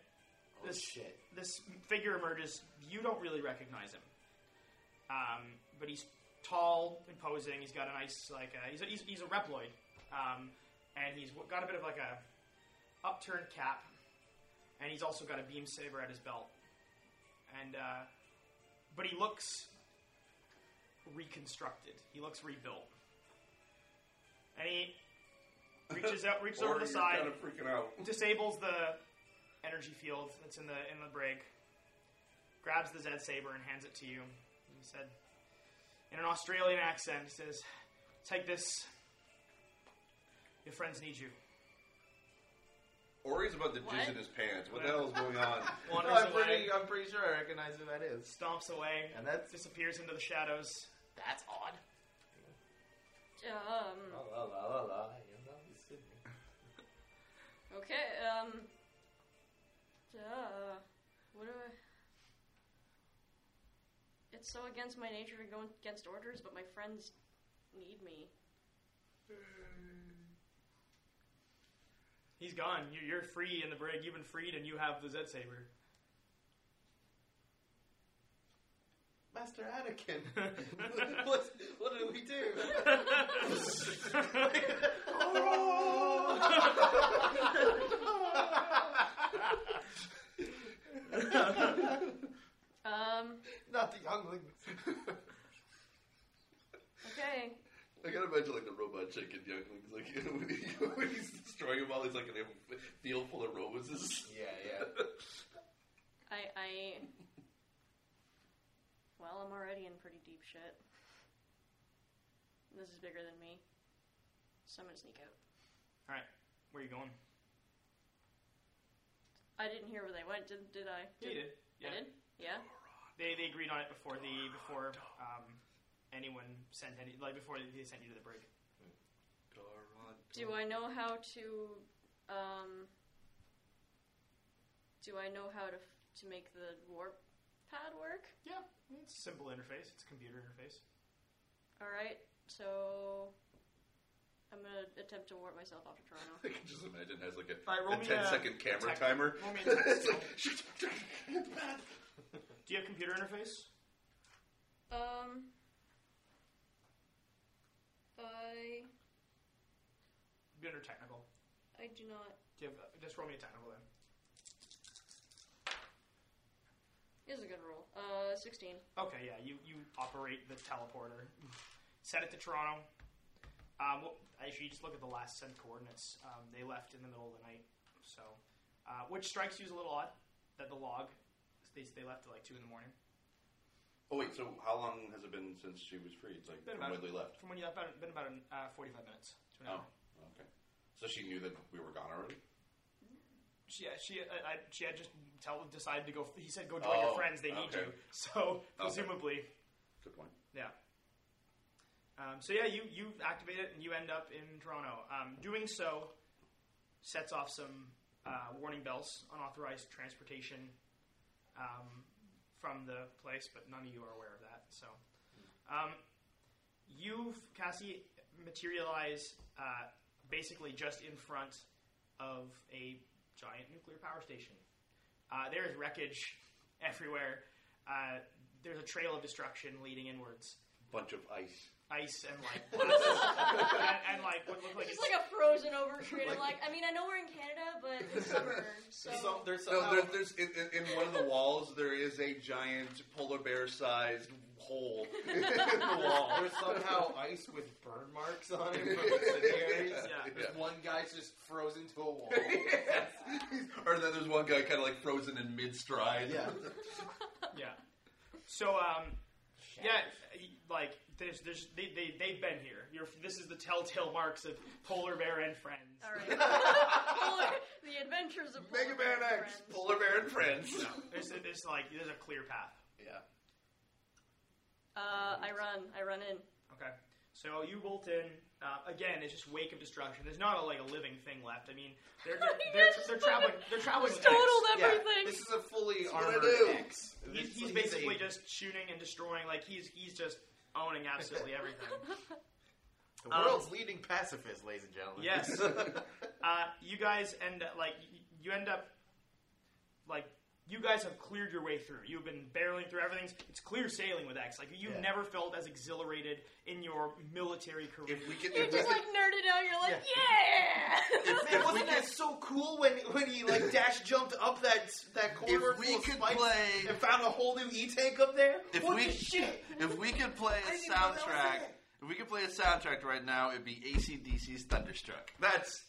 Speaker 5: this
Speaker 6: shit.
Speaker 5: This figure emerges. You don't really recognize him, um, but he's tall, imposing. He's got a nice like uh, he's, a, he's he's a Reploid, um, and he's w- got a bit of like a upturned cap, and he's also got a beam saber at his belt, and uh, but he looks reconstructed. He looks rebuilt, and he reaches out, reaches over
Speaker 10: Or
Speaker 5: the
Speaker 10: you're
Speaker 5: side
Speaker 10: kind of freaking out.
Speaker 5: disables the energy field that's in the in the brig, grabs the Zed saber and hands it to you. He said, in an Australian accent, he says, "Take this. Your friends need you."
Speaker 10: Ori's about to
Speaker 4: What?
Speaker 10: jizz in his pants. What the hell is going on?
Speaker 9: No,
Speaker 5: Wanders
Speaker 9: I'm
Speaker 5: away,
Speaker 9: pretty, I'm pretty sure I recognize who that is.
Speaker 5: stomps away,
Speaker 6: And that's-
Speaker 5: disappears into the shadows.
Speaker 6: That's odd.
Speaker 4: Um.
Speaker 6: La Oh, la la la la. you know, it's Sydney.
Speaker 4: Okay. Um. Duh. What do I? It's so against my nature to go against orders, but my friends need me.
Speaker 5: He's gone. You- You're free in the brig. You've been freed, and you have the Zed saber.
Speaker 9: Master Anakin. what, what did we do?
Speaker 4: Um.
Speaker 9: Not the younglings.
Speaker 4: Okay.
Speaker 10: I gotta imagine like the robot chicken younglings, like when, he, when he's destroying them all, he's like in a field full of robots.
Speaker 6: Yeah, yeah.
Speaker 4: I. I. Well, I'm already in pretty deep shit. This is bigger than me. So I'm gonna sneak out.
Speaker 5: All right, where are you going?
Speaker 4: I didn't hear where they went, did, did I?
Speaker 5: Yeah.
Speaker 4: I did? Yeah?
Speaker 5: They, they agreed on it before the before um, anyone sent any like before they sent you to the brig.
Speaker 4: Do I know how to, um, do I know how to f- to make the warp pad work?
Speaker 5: Yeah, it's a simple interface. It's a computer interface.
Speaker 4: All right, so I'm gonna attempt to warp myself off to Toronto.
Speaker 10: I can just imagine it has like a,
Speaker 5: All right,
Speaker 10: a
Speaker 5: roll me
Speaker 10: 10
Speaker 5: a-
Speaker 10: second camera
Speaker 5: attack-
Speaker 10: timer.
Speaker 5: roll me an attack
Speaker 10: it's
Speaker 5: skill.
Speaker 10: like, shoot,
Speaker 5: Do you have computer interface?
Speaker 4: Um, I
Speaker 5: Be under technical.
Speaker 4: I do not.
Speaker 5: Do you have, just roll me a technical then.
Speaker 4: This is a good roll. Uh, 16.
Speaker 5: Okay, yeah, you, you operate the teleporter. Set it to Toronto. Um, well, actually, you just look at the last sent coordinates. Um, they left in the middle of the night, so uh, which strikes you as a little odd that the log they, they left at like two in the morning.
Speaker 10: Oh wait, so how long has it been since she was freed? Like
Speaker 5: Been
Speaker 10: from
Speaker 5: about-
Speaker 10: when they left?
Speaker 5: From when you left, about, been about an, uh, forty five minutes to an
Speaker 10: Oh,
Speaker 5: hour.
Speaker 10: okay. So she knew that we were gone already.
Speaker 5: She, uh, she, I, I, she had just tell, decided to go. He said, "Go join
Speaker 10: Oh,
Speaker 5: your friends. They need
Speaker 10: okay.
Speaker 5: you." So presumably,
Speaker 10: Good point.
Speaker 5: Yeah. Um, so yeah, you you activate it and you end up in Toronto. Um, doing so sets off some uh, warning bells, unauthorized transportation um, from the place, but none of you are aware of that. So um, you, Cassie, materialize uh, basically just in front of a giant nuclear power station. Uh, there is wreckage everywhere. Uh, there's a trail of destruction leading inwards.
Speaker 10: Bunch of ice.
Speaker 5: Ice and like blasts. and, and like what look like
Speaker 4: It's
Speaker 5: it's,
Speaker 4: just like a frozen over street. I'm like, I mean, I know we're in Canada, but it's summer, so.
Speaker 9: So there's
Speaker 10: No,
Speaker 9: somehow
Speaker 10: there, there's in, in, in one of the walls there is a giant polar bear sized hole in the wall.
Speaker 9: there's somehow ice with burn marks on it from the Daenerys.
Speaker 5: Yeah.
Speaker 9: There's One guy's just frozen to a wall.
Speaker 10: or then there's one guy kind of like frozen in mid stride.
Speaker 9: Yeah.
Speaker 5: yeah. So um, yeah, y- like the- There's, there's, they, they, they've been here. You're, this is the telltale marks of Polar Bear and Friends.
Speaker 4: All right. Polar- the Adventures of
Speaker 10: Mega
Speaker 4: Polar
Speaker 10: Man
Speaker 4: Bear
Speaker 10: X,
Speaker 4: Friends.
Speaker 10: Polar Bear and Friends.
Speaker 5: There's, a, there's like, there's a clear path.
Speaker 6: Yeah.
Speaker 4: Uh, I run. I run in.
Speaker 5: Okay. So you bolt in. Uh, again, it's just wake of destruction. There's not a, like a living thing left. I mean, they're they're, they're,
Speaker 4: just
Speaker 5: they're traveling.
Speaker 4: fucking-
Speaker 5: They're traveling.
Speaker 4: Just
Speaker 5: X.
Speaker 4: totaled
Speaker 9: Yeah,
Speaker 4: everything.
Speaker 9: this is a fully
Speaker 10: what I
Speaker 9: armored
Speaker 10: do.
Speaker 9: X.
Speaker 5: He's,
Speaker 9: This-
Speaker 5: he's
Speaker 9: a-
Speaker 5: basically just shooting and destroying. Like he's he's just owning absolutely everything.
Speaker 6: The
Speaker 5: Um,
Speaker 6: world's leading pacifist, ladies and gentlemen.
Speaker 5: Yes. uh, you guys end up, like y- you end up like you guys have cleared your way through. You've been barreling through everything. It's clear sailing with X. Like you've
Speaker 6: Yeah.
Speaker 5: never felt as exhilarated in your military career.
Speaker 10: If we can,
Speaker 4: You're
Speaker 10: if we
Speaker 4: just
Speaker 10: can,
Speaker 4: like nerded out. You're like, yeah.
Speaker 9: Man, wasn't that so cool when when he like dash jumped up that that corridor
Speaker 3: If we
Speaker 9: full of
Speaker 3: could
Speaker 9: spikes
Speaker 3: play-
Speaker 9: and found a whole new E tank up there?
Speaker 3: If
Speaker 9: what
Speaker 3: we-
Speaker 9: the shit?
Speaker 3: If we could play
Speaker 9: I
Speaker 3: a
Speaker 9: didn't know that was
Speaker 3: soundtrack,
Speaker 9: it.
Speaker 3: if we could play a soundtrack right now, it'd be ACDC's Thunderstruck. That's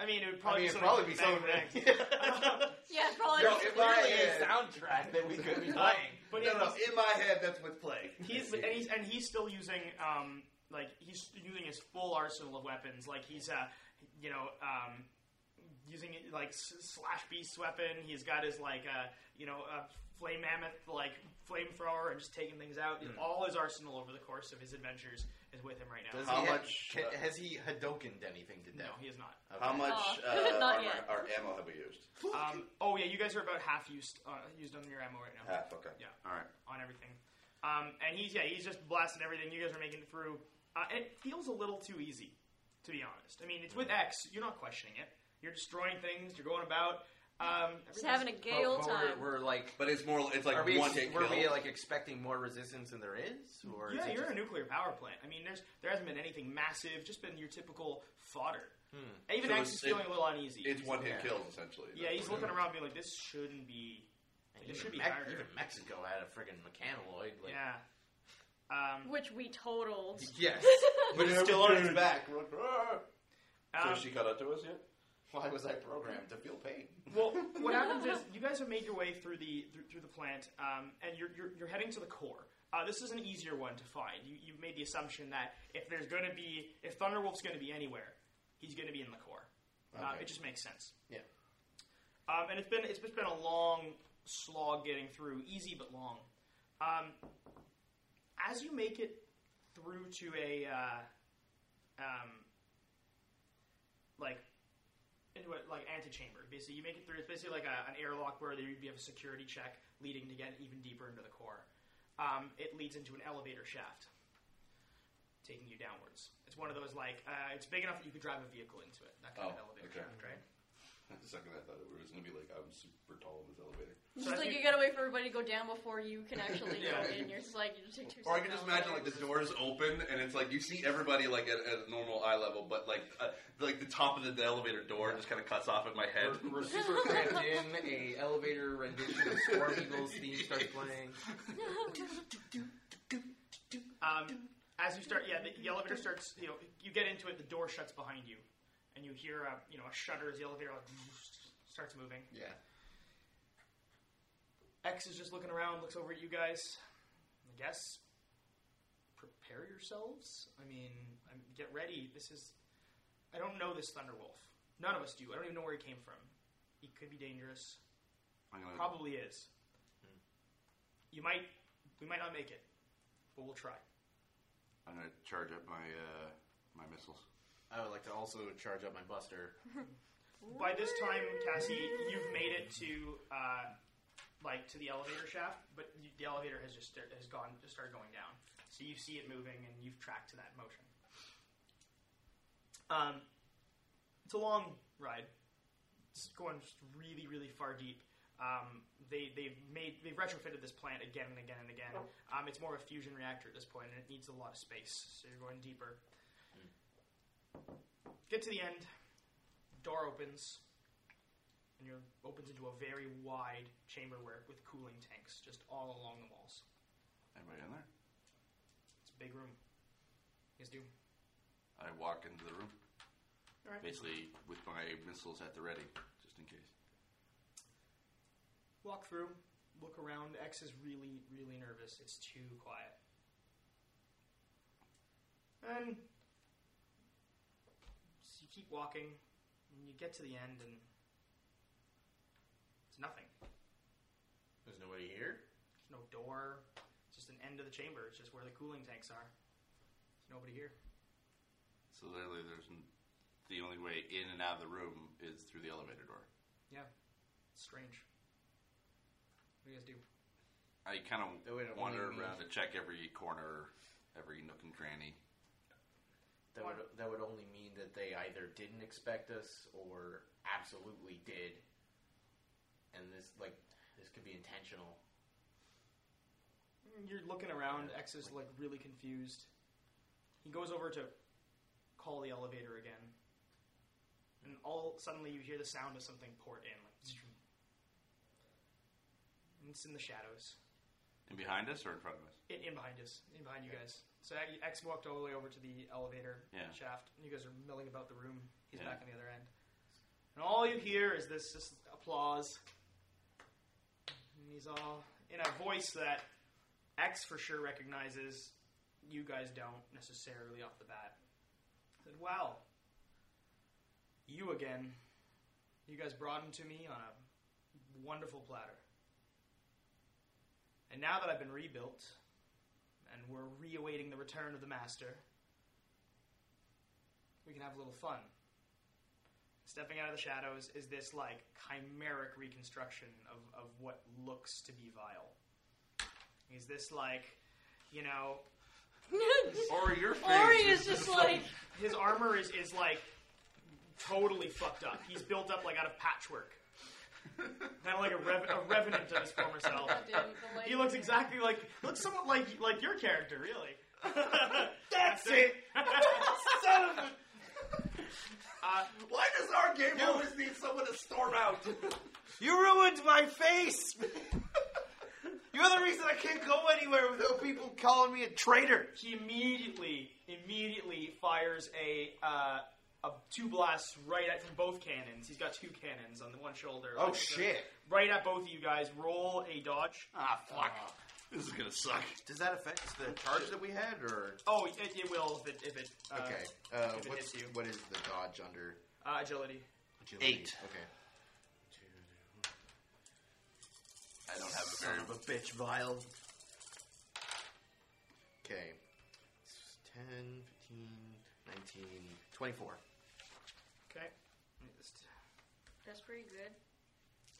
Speaker 5: I mean, it would
Speaker 9: I
Speaker 5: probably,
Speaker 9: mean,
Speaker 5: be
Speaker 9: it'd probably be
Speaker 5: something.
Speaker 9: something.
Speaker 5: X.
Speaker 4: yeah, probably.
Speaker 9: No,
Speaker 4: just-
Speaker 9: it Clearly is. a soundtrack that we could be
Speaker 5: Uh,
Speaker 9: playing.
Speaker 5: but
Speaker 9: Oh, no,
Speaker 5: yeah,
Speaker 9: no, in my head, that's what's playing.
Speaker 5: he's and he's and he's still using um like he's using his full arsenal of weapons. Like he's uh you know um using like s- slash beast weapon. He's got his like uh you know uh, flame mammoth like flamethrower and just taking things out. All his arsenal over the course of his adventures is with him right now.
Speaker 6: Does
Speaker 10: How
Speaker 6: he ha-
Speaker 10: much,
Speaker 6: ca-
Speaker 10: uh,
Speaker 6: has he Hadoukened anything to
Speaker 5: no,
Speaker 6: death?
Speaker 5: he is not.
Speaker 6: Okay.
Speaker 9: Oh,
Speaker 10: how much
Speaker 4: Aw.
Speaker 10: uh,
Speaker 4: Not
Speaker 10: armor,
Speaker 4: yet.
Speaker 10: our ammo have we used?
Speaker 5: Um, oh yeah, you guys are about half used uh, used on your ammo right now.
Speaker 10: Half. Okay.
Speaker 5: Yeah.
Speaker 10: All right.
Speaker 5: on everything. Um, and he's yeah, he's just blasting everything. You guys are making it through. Uh, and it feels a little too easy, to be honest. I mean, it's with X. You're not questioning it. You're destroying things. You're going about. Um,
Speaker 4: Just having a gay old
Speaker 6: But Oh, we're-
Speaker 4: time.
Speaker 6: We're, like,
Speaker 10: But it's more. It's like
Speaker 6: are we,
Speaker 10: one
Speaker 6: ex-
Speaker 10: hit
Speaker 6: were
Speaker 10: kill.
Speaker 6: we like expecting more resistance than there is? Or is
Speaker 5: yeah,
Speaker 6: it
Speaker 5: you're
Speaker 6: just-
Speaker 5: a nuclear power plant. I mean, there's there hasn't been anything massive. Just been your typical fodder. Even
Speaker 10: So it's-
Speaker 5: X is feeling
Speaker 10: it-
Speaker 5: a little uneasy.
Speaker 10: it's one hit
Speaker 6: Yeah.
Speaker 10: kills essentially.
Speaker 5: Yeah, he's looking around, being like, "This shouldn't be."
Speaker 6: And
Speaker 5: It
Speaker 6: even
Speaker 5: should be
Speaker 6: Mex-
Speaker 5: higher.
Speaker 6: Even Mexico had a friggin' mechanoid. Like,
Speaker 5: Yeah. Um,
Speaker 4: Which we totaled.
Speaker 6: Yes.
Speaker 9: But
Speaker 10: it's still on its back. So
Speaker 5: um,
Speaker 10: she got up to us yet?
Speaker 6: Why was I programmed to feel pain?
Speaker 5: Well, what happens is you guys have made your way through the through, through the plant, um, and you're, you're you're heading to the core. Uh, this is an easier one to find. You you made the assumption that if there's going to be if Thunderwolf's going to be anywhere, he's going to be in the core. Uh,
Speaker 6: Okay.
Speaker 5: it just makes sense.
Speaker 6: Yeah.
Speaker 5: Um, and it's been it's just been a long slog getting through, easy but long. Um, as you make it through to a uh, um, like into a, like antechamber, basically you make it through. It's basically like a, an airlock where there you have a security check leading to get even deeper into the core. Um, it leads into an elevator shaft, taking you downwards. It's one of those like uh, it's big enough that you could drive a vehicle into it. That kind of
Speaker 10: Oh,
Speaker 5: elevator
Speaker 10: okay.
Speaker 5: shaft, right?
Speaker 10: The second I thought it was gonna be like I'm super tall in this elevator.
Speaker 4: Just
Speaker 5: So I
Speaker 4: like you
Speaker 5: think-
Speaker 4: gotta wait for everybody to go down before you can actually
Speaker 5: Yeah.
Speaker 4: go in. You're just like you just take two.
Speaker 10: Or I can
Speaker 4: steps
Speaker 10: just
Speaker 4: down.
Speaker 10: imagine like the doors open and it's like you see everybody like at, at normal eye level, but like uh, like the top of the, the elevator door just kind of cuts off at my head.
Speaker 6: We're, we're super crammed in. A elevator rendition of Storm Eagles theme starts playing.
Speaker 5: Um, as you start, yeah, the, the elevator starts. You know, you get into it. The door shuts behind you, and you hear a you know a shudder as the elevator like starts moving.
Speaker 6: Yeah.
Speaker 5: X is just looking around, looks over at you guys. I guess prepare yourselves. I mean, I'm, get ready. This is. I don't know this Thunderwolf. None of us do. I don't even know where he came from. He could be dangerous.
Speaker 10: I'm
Speaker 3: Hmm.
Speaker 10: gonna-
Speaker 5: Probably is. You might. We might not make it, but we'll try.
Speaker 10: I'm gonna charge up my uh, my missiles.
Speaker 6: I would like to also charge up my Buster.
Speaker 5: By this time, Cassie, you've made it to uh, like to the elevator shaft, but you, the elevator has just has gone just started going down. So you see it moving, and you've tracked to that motion. Um, it's a long ride. It's going just really, really far deep. Um, they they've made they've retrofitted this plant again and again and again. Um, it's more of a fusion reactor at this point, and it needs a lot of space. So you're going deeper. Get to the end. Door opens and you're opens into a very wide chamber where with cooling tanks just all along the walls.
Speaker 10: Anybody in there?
Speaker 5: It's a big room. You guys do.
Speaker 10: I walk into the room,
Speaker 5: All right.
Speaker 10: basically with my missiles at the ready, just in case.
Speaker 5: Walk through, look around. X is really, really nervous. It's too quiet. And so you keep walking, and you get to the end, and it's nothing.
Speaker 6: There's nobody here.
Speaker 5: There's no door. It's just an end of the chamber. It's just where the cooling tanks are. There's nobody here.
Speaker 3: So literally, there's n- the only way in and out of the room is through the elevator door.
Speaker 5: Yeah. It's strange. What do you guys do?
Speaker 3: I kind
Speaker 6: Oh, wait,
Speaker 3: of
Speaker 6: I
Speaker 3: wander
Speaker 6: mean-
Speaker 3: around to check every corner, every nook and cranny.
Speaker 6: That would that would only mean that they either didn't expect us or absolutely did. And this like this could be intentional.
Speaker 5: Mm, You're looking around. X is like really confused. He goes over to call the elevator again, and all suddenly you hear the sound of something poured in. Like, and it's in the shadows.
Speaker 3: And behind us or in front of us?
Speaker 5: In, in behind us, in behind you guys. So A- X walked all the way over to the elevator
Speaker 3: Yeah.
Speaker 5: shaft, and you guys are milling about the room. He's
Speaker 3: Yeah.
Speaker 5: back on the other end, and all you hear is this just applause. And he's all in a voice that X for sure recognizes. You guys don't necessarily off the bat. I said, "Wow, you again. You guys brought him to me on a wonderful platter." And now that I've been rebuilt, and we're reawaiting the return of the master, we can have a little fun. Stepping out of the shadows is this like chimeric reconstruction of, of what looks to be vile. Is this like, you know,
Speaker 3: Or your face?
Speaker 4: Ori is just like
Speaker 5: his armor is, is like totally fucked up. He's built up like out of patchwork. kind of like a, rev- a revenant of his former self.
Speaker 4: goddamn the
Speaker 5: He
Speaker 4: light.
Speaker 5: looks exactly like looks somewhat like like your character, really.
Speaker 9: That's it. Son of a
Speaker 10: Why does our game always need someone to storm out?
Speaker 9: You ruined my face! You're the reason I can't go anywhere without people calling me a traitor!
Speaker 5: He immediately immediately fires a uh, a two blasts right at from both cannons. He's got two cannons on the one shoulder.
Speaker 9: Oh
Speaker 5: Like, uh,
Speaker 9: shit.
Speaker 5: Right at both of you guys. Roll a dodge.
Speaker 3: Ah, fuck. this is gonna suck.
Speaker 6: Does that affect the charge that we had, or
Speaker 5: Oh, it, it will if it if it uh,
Speaker 6: okay? Uh,
Speaker 5: if it
Speaker 6: what's,
Speaker 5: hits you.
Speaker 6: what is the dodge under?
Speaker 5: uh, agility.
Speaker 6: Agility.
Speaker 3: Eight.
Speaker 6: Okay.
Speaker 3: I don't have a very.
Speaker 6: of a bitch, vile. Okay. It's 10, 15, 19, 24.
Speaker 5: Okay. Let me just-
Speaker 4: That's pretty good.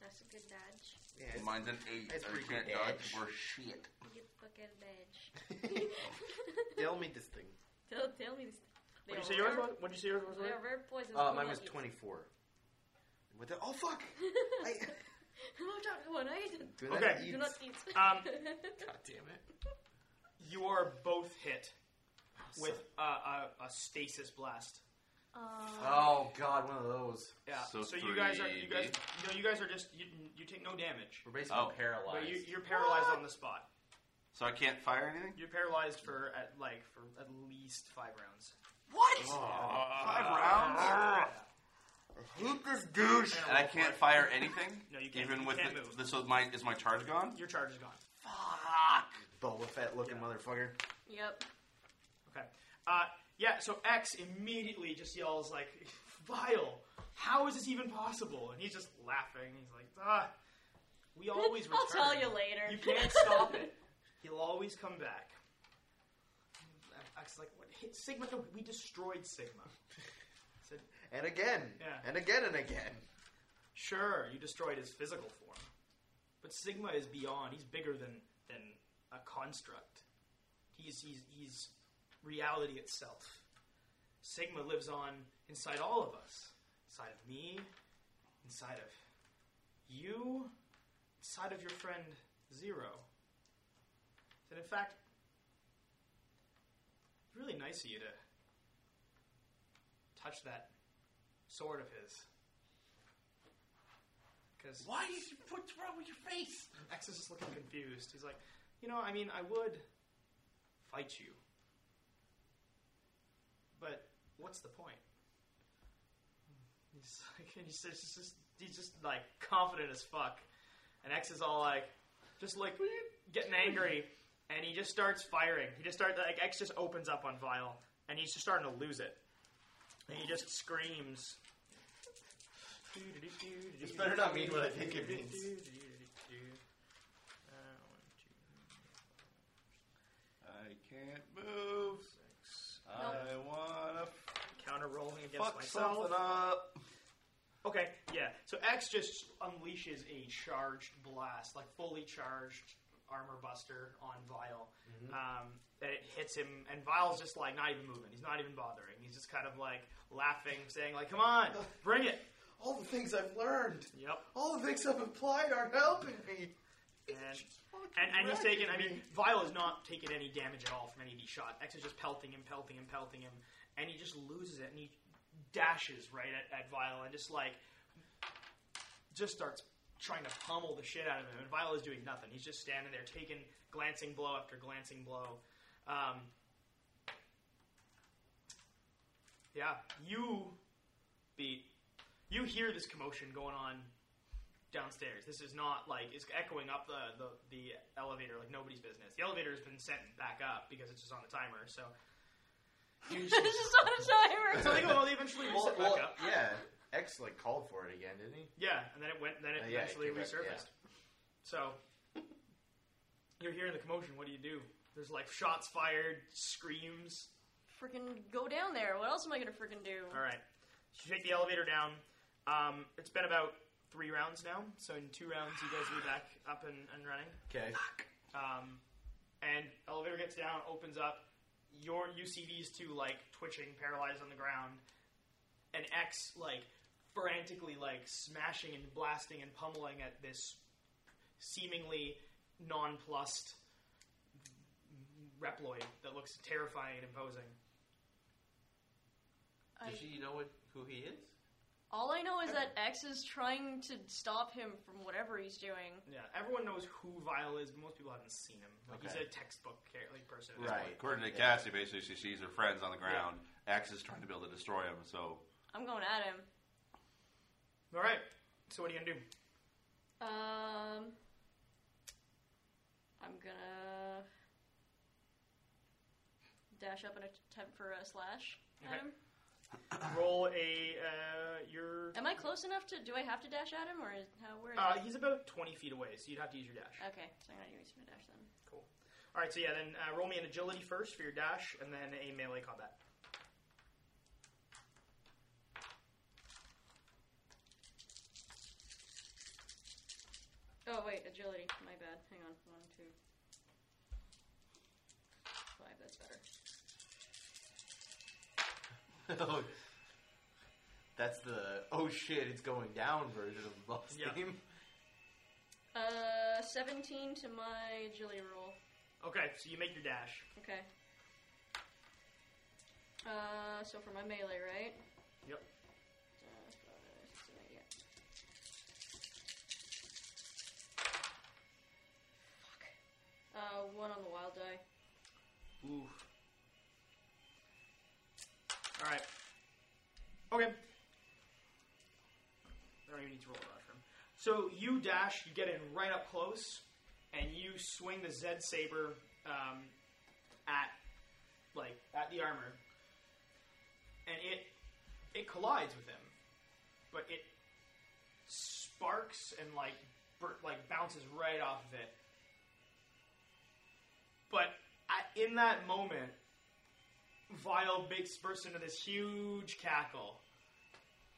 Speaker 4: That's a good dodge.
Speaker 6: Yeah,
Speaker 3: Mine's an eight.
Speaker 6: That's
Speaker 3: I
Speaker 6: pretty
Speaker 3: can't
Speaker 6: good
Speaker 3: dodge
Speaker 6: edge.
Speaker 3: for shit.
Speaker 4: You fucking badge.
Speaker 6: Tell me this thing.
Speaker 4: tell, tell me this. They
Speaker 5: What did you
Speaker 4: are
Speaker 5: say yours
Speaker 4: very-
Speaker 5: was? What did you say yours was?
Speaker 4: They are very poisonous.
Speaker 6: Uh,
Speaker 4: We
Speaker 6: mine
Speaker 4: love
Speaker 6: was
Speaker 4: you.
Speaker 6: 24. What the? Oh, fuck! I,
Speaker 4: Watch out, come on, I didn't.
Speaker 6: do
Speaker 5: Okay.
Speaker 6: That eat?
Speaker 4: Do
Speaker 6: God
Speaker 4: not eat.
Speaker 5: Um,
Speaker 6: damn it.
Speaker 5: You are both hit with uh, a, a stasis blast.
Speaker 6: Oh, God, one of those.
Speaker 5: Yeah. So,
Speaker 3: So
Speaker 5: you guys are you guys
Speaker 3: three
Speaker 5: no you guys are just you, you take no damage,
Speaker 6: We're basically
Speaker 3: Oh.
Speaker 6: paralyzed.
Speaker 5: but you, you're paralyzed on the spot.
Speaker 3: So I can't fire anything?
Speaker 5: You're paralyzed for at like for at least five rounds.
Speaker 3: What? Five rounds?
Speaker 6: Eat this douche!
Speaker 3: And I can't fire anything?
Speaker 5: No, you can't-
Speaker 3: Even
Speaker 5: you
Speaker 3: with
Speaker 5: can't
Speaker 3: the,
Speaker 5: move.
Speaker 3: the- so my is my charge gone?
Speaker 5: Your charge is gone.
Speaker 3: Fuck.
Speaker 6: Boba Fett looking motherfucker.
Speaker 4: Yep.
Speaker 5: Okay. Uh, yeah. So X immediately just yells like, "Vile! How is this even possible?" And he's just laughing. He's like, "Ah, we always return."
Speaker 4: I'll tell you later.
Speaker 5: You can't stop it. He'll always come back. I was like, what? Hit Sigma? No, we destroyed Sigma. I said,
Speaker 6: And again.
Speaker 5: Yeah.
Speaker 6: And again and again.
Speaker 5: sure, you destroyed his physical form. But Sigma is beyond. He's bigger than, than a construct. He's, he's, he's reality itself. Sigma lives on inside all of us. Inside of me, inside of you, inside of your friend Zero. And in fact, it's really nice of you to touch that sword of his. Because
Speaker 3: Why is what's wrong with your face?
Speaker 5: X is just looking confused. He's like, you know, I mean, I would fight you, but what's the point? He's like, and he's just, he's just, he's just like confident as fuck, and X is all like, just like getting angry, and he just starts firing. He just starts like X just opens up on Vile, and he's just starting to lose it. And he just screams. This
Speaker 9: better not mean what I think it means.
Speaker 5: Uh,
Speaker 3: I can't move. I wanna f-
Speaker 5: Counter rolling against
Speaker 3: fuck
Speaker 5: myself.
Speaker 3: something up.
Speaker 5: Okay, yeah. So X just unleashes a charged blast, like fully charged armor buster on Vile. Um, and it hits him, and Vile's just like not even moving. He's not even bothering. He's just kind of like laughing, saying like, "Come on, bring it."
Speaker 9: All the things I've learned,
Speaker 5: Yep.
Speaker 9: all the things I've applied aren't helping me.
Speaker 5: And and, and he's taking. I mean, Vile is not taking any damage at all from any of these shots. X is just pelting him, pelting him, pelting him, and he just loses it, and he dashes right at, at Vile and just like just starts trying to pummel the shit out of him. And Vile is doing nothing. He's just standing there, taking glancing blow after glancing blow. Um, yeah, you beat. You hear this commotion going on downstairs. This is not like it's echoing up the, the, the elevator like nobody's business. The elevator has been sent back up because it's just on a timer. So you
Speaker 4: this is on a timer.
Speaker 5: so they go, well, they eventually
Speaker 6: Well,
Speaker 5: reset
Speaker 6: well,
Speaker 5: back up.
Speaker 6: yeah. X like called for it again, didn't he?
Speaker 5: Yeah, and then it went. Then it
Speaker 6: Uh, yeah, it
Speaker 5: eventually
Speaker 6: came back,
Speaker 5: resurfaced. So you're hearing the commotion. What do you do? There's like shots fired, screams.
Speaker 4: Freaking go down there. What else am I gonna freaking do?
Speaker 5: All right, you take the elevator down. Um, it's been about three rounds now. So in two rounds, you guys will be back up and, and running.
Speaker 6: Okay.
Speaker 5: Um, and elevator gets down, opens up. Your you see these two like twitching, paralyzed on the ground, and X like frantically like smashing and blasting and pummeling at this seemingly nonplussed reploid that looks terrifying and imposing.
Speaker 4: I,
Speaker 6: Does she know what, who he is?
Speaker 4: all I know is that X is trying to stop him from whatever he's doing.
Speaker 5: Yeah, everyone knows who Vile is, but most people haven't seen him. Like he's
Speaker 6: Okay.
Speaker 5: a textbook char- like person. at this
Speaker 6: Right.
Speaker 5: point.
Speaker 3: According to
Speaker 6: Yeah.
Speaker 3: Cassie, basically she sees her friends on the ground. Axe is trying to be able to destroy them, so
Speaker 4: I'm going at him.
Speaker 5: All right. So what are you gonna do?
Speaker 4: Um, I'm gonna dash up and attempt for a slash at
Speaker 5: Okay.
Speaker 4: him.
Speaker 5: Roll a uh, your
Speaker 4: Am I close enough to? Do I have to dash at him, or is, how? Where?
Speaker 5: Uh,
Speaker 4: Is
Speaker 5: he's about 20 feet away, so you'd have to use your dash.
Speaker 4: okay, so I'm not even using my dash then.
Speaker 5: Cool. All right, so yeah, then uh, roll me an agility first for your dash, and then a melee combat.
Speaker 4: Oh wait, agility. My bad. Hang on. One, two, five. That's better.
Speaker 6: Oh. That's the oh shit, it's going down version of the boss
Speaker 5: Yeah.
Speaker 6: game.
Speaker 4: Uh, 17 to my agility roll.
Speaker 5: Okay, so you make your dash.
Speaker 4: Okay. Uh, so for my melee, right?
Speaker 5: Yep.
Speaker 4: Uh, five, six, seven, eight, yeah. Fuck. Uh, one on the wild die.
Speaker 5: Ooh. All right. Okay. I don't even need to roll that for him. So you dash, you get in right up close, and you swing the Zed saber um, at like at the armor, and it it collides with him, but it sparks and like bur- like bounces right off of it. But at, in that moment, Vile makes bursts into this huge cackle.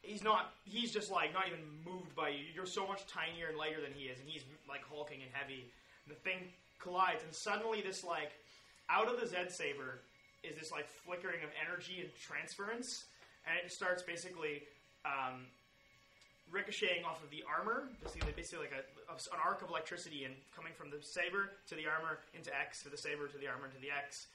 Speaker 5: He's not. He's just like not even moved by you. You're so much tinier and lighter than he is, and he's like hulking and heavy. The thing collides, and suddenly this like out of the Zed saber is this like flickering of energy and transference, and it starts basically um, ricocheting off of the armor, basically, basically like a, an arc of electricity and coming from the saber to the armor into X to the saber to the armor into the X,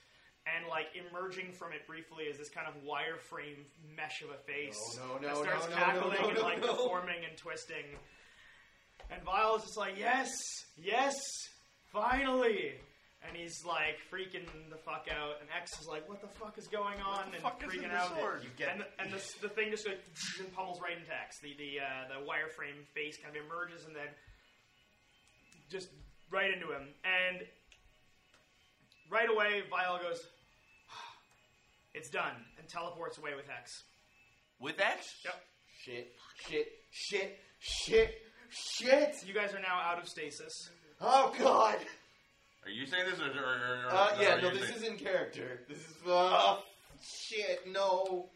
Speaker 5: and like emerging from it briefly is this kind of wireframe mesh of a face
Speaker 9: No, no, no,
Speaker 5: that starts
Speaker 9: no, no,
Speaker 5: cackling
Speaker 9: no,
Speaker 5: and
Speaker 9: no,
Speaker 5: like
Speaker 9: no.
Speaker 5: deforming and twisting. And Vile's just like, yes, yes, finally. And he's like freaking the fuck out. And X is like, what the fuck is going on? and freaking out.
Speaker 6: You get-
Speaker 5: and the, and the, the thing just like and pummels right into X. The the uh, the wireframe face kind of emerges and then just right into him. And right away, Vile goes. "Ah, It's done and teleports away with Hex.
Speaker 3: With that,
Speaker 5: Yep.
Speaker 6: Shit, shit, shit, shit, shit.
Speaker 5: You guys are now out of stasis.
Speaker 6: Oh god.
Speaker 3: are you saying this or? or, or, or
Speaker 6: Uh,
Speaker 3: or
Speaker 6: yeah,
Speaker 3: are
Speaker 6: no,
Speaker 3: you
Speaker 6: this
Speaker 3: saying-
Speaker 6: is in character. This is oh shit, no.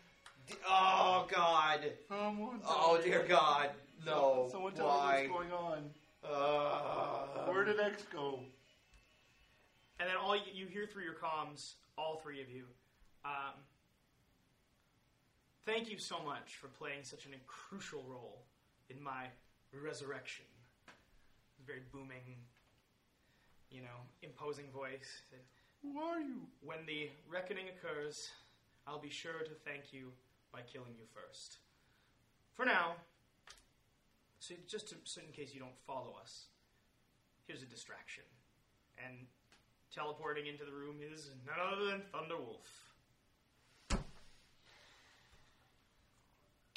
Speaker 6: D- oh god. Oh dear god. No. Why?
Speaker 3: on.
Speaker 6: Uh,
Speaker 3: did X go?
Speaker 5: And then all you, you hear through your comms, all three of you. Um, thank you so much for playing such an crucial role in my resurrection. Very booming, you know, imposing voice.
Speaker 3: Who are you?
Speaker 5: When the reckoning occurs, I'll be sure to thank you by killing you first. For now, so just to, so in case you don't follow us, here's a distraction. And teleporting into the room is none other than Thunderwolf.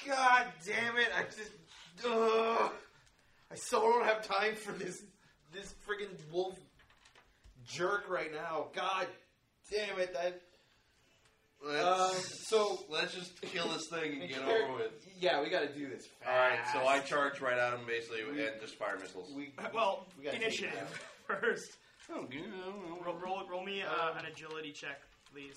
Speaker 6: God damn it! I just. Ugh. I so don't have time for this this friggin' wolf jerk right now. God damn it! That. Um, so
Speaker 10: Let's just kill this thing and get
Speaker 6: Here-
Speaker 10: over with.
Speaker 6: Yeah, we got to do this. Fast.
Speaker 10: All right, so I charge right at him basically and just fire missiles.
Speaker 6: We,
Speaker 5: Well,
Speaker 6: we gotta take it out.
Speaker 5: initiative first.
Speaker 3: Oh, good. I don't know.
Speaker 5: Roll, roll, roll me uh, an agility check, please.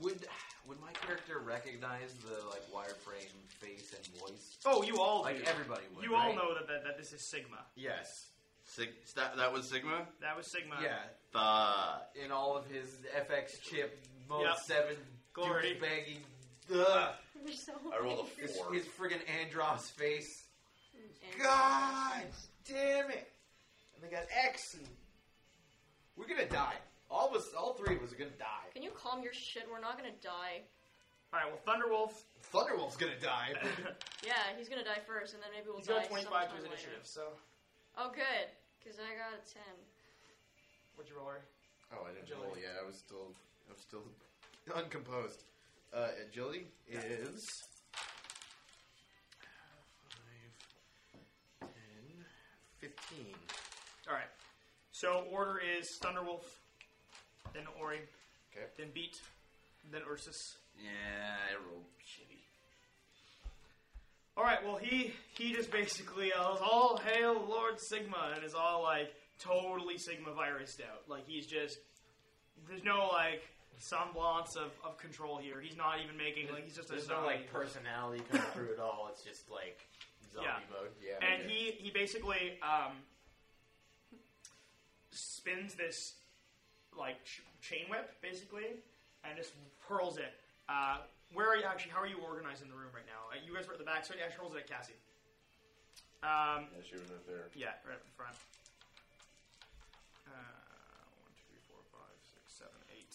Speaker 6: Would would my character recognize the like wireframe face and voice?
Speaker 5: Oh, you all do.
Speaker 6: Like everybody would.
Speaker 5: you all
Speaker 6: right?
Speaker 5: know that, that, that this is Sigma.
Speaker 6: Yes.
Speaker 3: Sig- that, that was Sigma.
Speaker 5: That was Sigma.
Speaker 6: Yeah.
Speaker 3: Fuck.
Speaker 6: In all of his FX chip mode
Speaker 5: Yep.
Speaker 6: seven
Speaker 5: Glory.
Speaker 6: baggy. Ugh.
Speaker 4: They're so
Speaker 10: I rolled a
Speaker 6: His,
Speaker 10: four.
Speaker 6: his friggin' Andros face.
Speaker 4: And-
Speaker 6: God damn it! And they got X. And we're gonna die. All of us, all three of us are gonna die.
Speaker 4: Can you calm your shit? We're not gonna die.
Speaker 5: All right, well, Thunderwolf
Speaker 6: Thunderwolf's gonna die.
Speaker 4: Yeah, he's gonna die first, and then maybe we'll
Speaker 5: He's
Speaker 4: die
Speaker 5: got 25 to
Speaker 4: sometime
Speaker 5: his
Speaker 4: later.
Speaker 5: initiative, so.
Speaker 4: Oh, good, because I got a 10.
Speaker 5: What'd you roll, Ari?
Speaker 6: Oh, I didn't
Speaker 5: Agility.
Speaker 6: roll yet. I was still, I was still uncomposed. Uh, agility is five, 10, 15.
Speaker 5: All right. So order is Thunderwolf, then Ori,
Speaker 6: Okay.
Speaker 5: then Beat, then Ursus.
Speaker 3: Yeah, I rolled shitty.
Speaker 5: All right. Well, he he just basically yells, "All hail Lord Sigma!" and is all like totally Sigma virused out. Like he's just there's no like semblance of, of control here. He's not even making like he's just a
Speaker 6: There's no
Speaker 5: zombie.
Speaker 6: like personality coming through at all. It's just like zombie
Speaker 5: Yeah.
Speaker 6: mode. Yeah.
Speaker 5: and
Speaker 6: okay.
Speaker 5: he he basically um, spins this like ch- chain whip basically, and just hurls it. Uh, where are you actually? How are you organized in the room right now? Uh, you guys were at the back, so he actually hurls it at Cassie. Um,
Speaker 10: Yeah, she was right there.
Speaker 5: yeah, right up in front. Uh, one, two, three, four, five, six, seven, eight.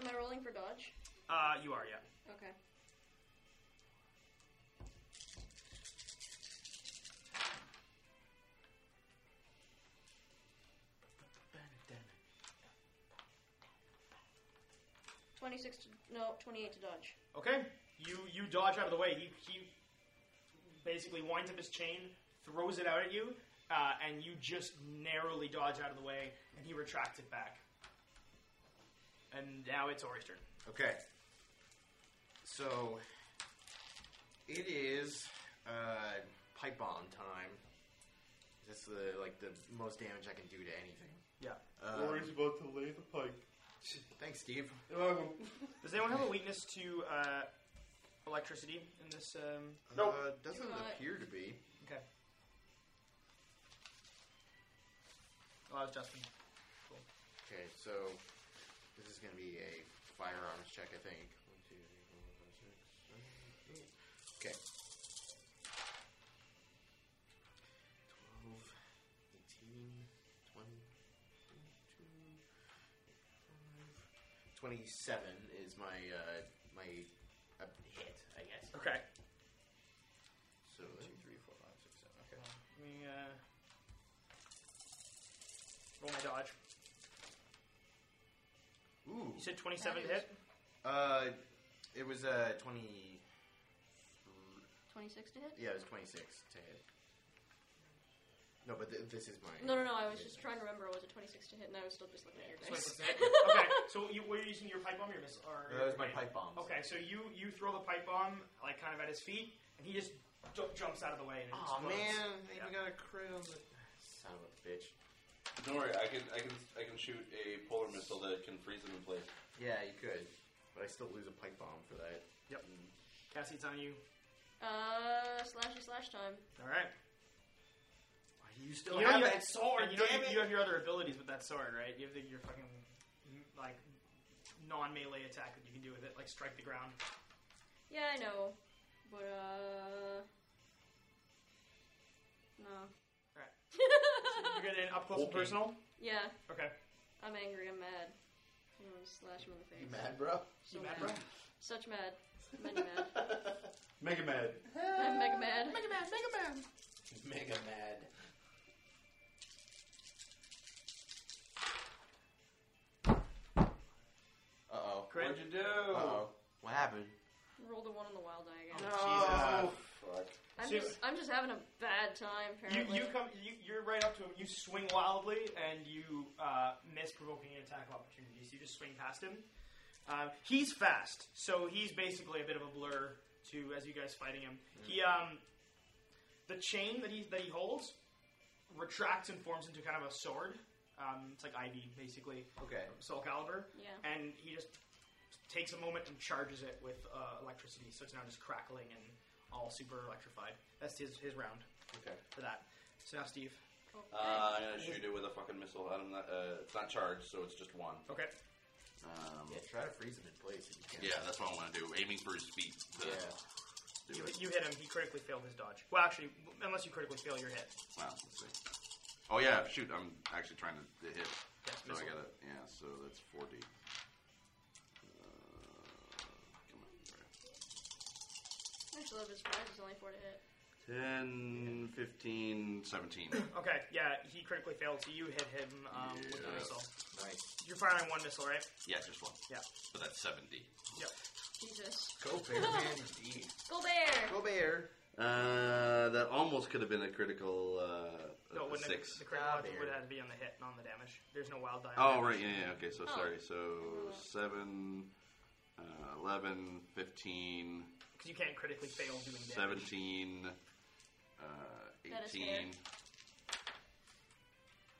Speaker 4: Am I rolling for dodge?
Speaker 5: Uh, you are, yeah.
Speaker 4: Okay. Twenty-six to no, twenty-eight to dodge.
Speaker 5: Okay, you you dodge out of the way. He he basically winds up his chain, throws it out at you, uh, and you just narrowly dodge out of the way, and he retracts it back. And now it's Ori's turn.
Speaker 6: Okay. So it is uh, pipe bomb time. This is the like the most damage I can do to anything.
Speaker 5: Yeah.
Speaker 6: Um,
Speaker 3: about to lay the pipe.
Speaker 6: Thanks, Steve.
Speaker 5: Does anyone have a weakness to uh, electricity in this? Um,
Speaker 6: Nope. Uh, doesn't
Speaker 4: You got-
Speaker 6: appear to be.
Speaker 5: okay. Oh, that was Justin. Cool.
Speaker 6: Okay, so this is going to be a firearms check, I think. One, two, three, four, five, six, seven, eight. Okay. 12, 18, 20, 22, 25, 27 is my, uh, my uh, hit, I guess.
Speaker 5: Okay.
Speaker 6: So, two, three, four, five, six, seven. Okay.
Speaker 5: Let me uh, roll my dodge.
Speaker 6: Ooh.
Speaker 5: You said twenty-seven to
Speaker 4: That is-
Speaker 5: hit.
Speaker 6: Uh, it was, uh, 20.
Speaker 4: Twenty-six to hit.
Speaker 6: Yeah, it was 26 to hit. No, but th- this is my.
Speaker 4: No, no, no. I was just trying to remember. Was it 26 to hit, and I was still just looking at your
Speaker 5: That's
Speaker 4: dice.
Speaker 5: what I was okay, so you, were you using your pipe bomb? Your miss? Or
Speaker 11: That was my pipe bomb.
Speaker 5: Okay, so you you throw the pipe bomb like kind of at his feet, and he just ju- jumps out of the way. And it
Speaker 11: Aw,
Speaker 5: explodes.
Speaker 11: man,
Speaker 5: Yeah.
Speaker 11: got a crit on
Speaker 6: Son of a bitch.
Speaker 10: Don't worry, I can I can I can shoot a polar missile that can freeze them in place.
Speaker 6: Yeah, you could, but I still lose a pipe bomb for that.
Speaker 5: Yep. Cassie, it's on you.
Speaker 4: Uh, slashy slash time.
Speaker 5: All right.
Speaker 11: You still
Speaker 5: know
Speaker 11: have
Speaker 5: you-
Speaker 11: that sword.
Speaker 5: You know
Speaker 11: damn
Speaker 5: you,
Speaker 11: it.
Speaker 5: you have your other abilities with that sword, right? You have the, your fucking like non melee attack that you can do with it, like strike the ground.
Speaker 4: Yeah, I know. But, uh. No.
Speaker 5: You're gonna up close and
Speaker 11: Okay.
Speaker 5: personal.
Speaker 4: Yeah,
Speaker 5: Okay.
Speaker 4: I'm angry. I'm mad. I'm gonna slash him in the face.
Speaker 11: You mad, bro?
Speaker 4: So mad, Such mad. Many mad.
Speaker 11: Mega mad.
Speaker 4: I'm mega mad.
Speaker 11: Mega mad.
Speaker 6: Uh oh.
Speaker 5: Crit.
Speaker 10: What'd you do?
Speaker 6: Uh oh. What happened?
Speaker 4: Roll the one on the wild die again.
Speaker 11: Oh,
Speaker 10: Fuck.
Speaker 4: I'm
Speaker 5: So-
Speaker 4: just, I'm just having a bad time.
Speaker 5: You,
Speaker 4: Apparently.
Speaker 5: you come. You, you're right up to him. You swing wildly and you uh, miss provoking an attack of opportunity. So you just swing past him. Um, he's fast, so he's basically a bit of a blur to as you guys fighting him. He um, the chain that he that he holds retracts and forms into kind of a sword. Um, it's like ivy, basically.
Speaker 6: Okay.
Speaker 5: Soul Calibur.
Speaker 4: Yeah.
Speaker 5: And he just takes a moment and charges it with uh, electricity, so it's now just crackling and all super electrified. That's his his round
Speaker 6: Okay.
Speaker 5: for that. So now Steve.
Speaker 4: Okay.
Speaker 10: Uh, I'm gonna shoot it with a fucking missile. I'm not. Uh, it's not charged, so it's just one.
Speaker 5: Okay.
Speaker 3: Um,
Speaker 6: Yeah, try to freeze him in place if you can.
Speaker 3: yeah, that's what I want to do. Aiming for his feet. to
Speaker 6: Yeah.
Speaker 3: do
Speaker 5: You,
Speaker 3: it.
Speaker 5: you hit him. He critically failed his dodge. Well, actually, unless you critically fail your hit.
Speaker 3: Wow, let's see. Oh yeah, shoot! I'm actually trying to, to hit.
Speaker 5: Yes,
Speaker 3: so I
Speaker 5: missile.
Speaker 3: got it. Yeah, so that's four D. Uh, Come on.
Speaker 4: I just love his prize. It's only four to hit.
Speaker 3: 10, 15, 17.
Speaker 5: Okay. Yeah, he critically failed, so you hit him um, with the
Speaker 3: Yeah.
Speaker 5: missile.
Speaker 6: Nice.
Speaker 5: You're firing one missile, right?
Speaker 3: yeah, just one.
Speaker 5: Yeah.
Speaker 3: But that's 7D.
Speaker 5: Yep.
Speaker 4: Jesus.
Speaker 6: Go bear, man. Indeed.
Speaker 4: Go bear.
Speaker 6: Go bear.
Speaker 3: Uh, that almost could have been a critical uh,
Speaker 5: No, it
Speaker 3: a
Speaker 5: wouldn't
Speaker 3: six.
Speaker 5: Have, the critical
Speaker 6: Ah,
Speaker 5: dodge
Speaker 6: there.
Speaker 5: would have to be on the hit, not on the damage. There's no wild die. on
Speaker 3: Oh,
Speaker 5: that.
Speaker 3: right, yeah, yeah, okay, so
Speaker 4: Oh.
Speaker 3: sorry. So 7, uh, 11, 15,
Speaker 5: 'Cause you can't critically fail doing damage.
Speaker 3: 17, uh,
Speaker 4: That is
Speaker 3: 18,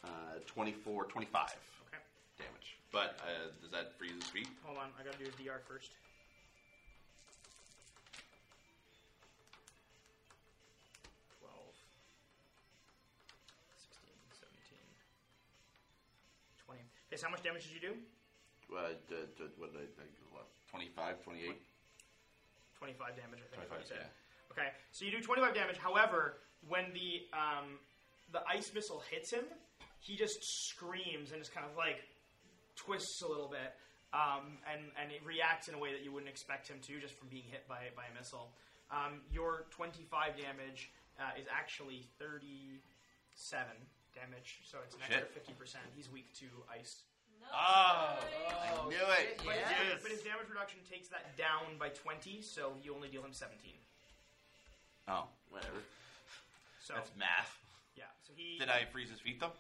Speaker 3: uh, 24, 25
Speaker 5: Okay.
Speaker 3: damage. But uh, does that freeze his feet?
Speaker 5: Hold on, I gotta do his DR first. Twelve. Sixteen, seventeen. Twenty. Okay, so how much damage did you do?
Speaker 3: Uh, d- d- what did I, I, what, 25, 28?
Speaker 5: 25 damage, I
Speaker 3: 25,
Speaker 5: think. is what you said. Okay, so you do 25 damage. However, when the um, the ice missile hits him, he just screams and just kind of like twists a little bit, um, and and it reacts in a way that you wouldn't expect him to just from being hit by by a missile. Um, your 25 damage uh, is actually 37 damage, so it's an extra 50%. He's weak to ice.
Speaker 4: No.
Speaker 3: I knew it!
Speaker 5: But, his damage, but his damage reduction takes that down by 20, so you only deal him 17.
Speaker 3: Oh, whatever.
Speaker 5: So
Speaker 3: That's math.
Speaker 5: yeah, so he
Speaker 3: Did I freeze his feet though?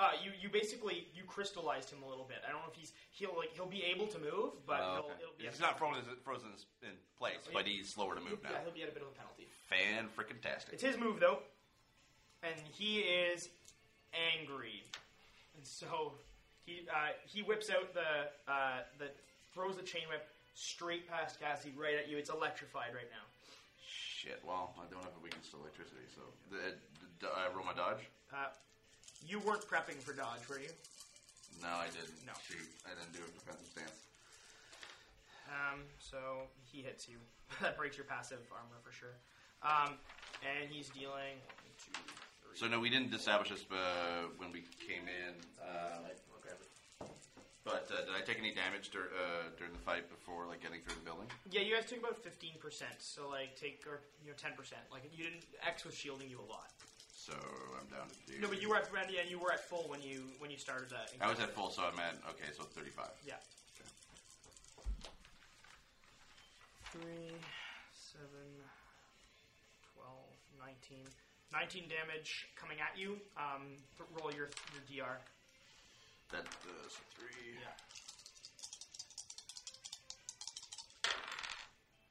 Speaker 5: uh, you you basically you crystallized him a little bit. I don't know if he's he'll like he'll be able to move, but
Speaker 3: Oh,
Speaker 5: he'll,
Speaker 3: okay.
Speaker 5: Uh, it'll be
Speaker 3: He's not frozen, frozen in place, but he's slower to move now.
Speaker 5: yeah he'll be at a bit of a penalty.
Speaker 3: Fan freaking tastic.
Speaker 5: It's his move though, and he is angry, and so he uh, he whips out the uh, the throws the chain whip straight past Cassie right at you. It's electrified right now.
Speaker 3: Shit. Well, I don't have a weakness to electricity, so the, the, I roll my dodge.
Speaker 5: Uh, you weren't prepping for dodge, were you?
Speaker 3: No, I didn't.
Speaker 5: No.
Speaker 3: Shoot, I didn't do a defensive stance.
Speaker 5: Um, so he hits you. that breaks your passive armor for sure. Um, and he's dealing one, two, three.
Speaker 3: So no, we didn't establish this uh, when we came in. Um, but uh, did I take any damage dur- uh, during the fight before, like getting through the building?
Speaker 5: yeah, you guys took about fifteen percent. So like take or you know ten percent. Like you didn't X was shielding you a lot.
Speaker 3: So I'm down to do.
Speaker 5: No, but you were at yeah, you were at full when you when you started that.
Speaker 3: I was at full, so I'm at okay, so 35.
Speaker 5: Yeah.
Speaker 3: Okay.
Speaker 5: Three, seven, 12, 19. 19 damage coming at you. Um, th- roll your, your DR.
Speaker 12: That does three.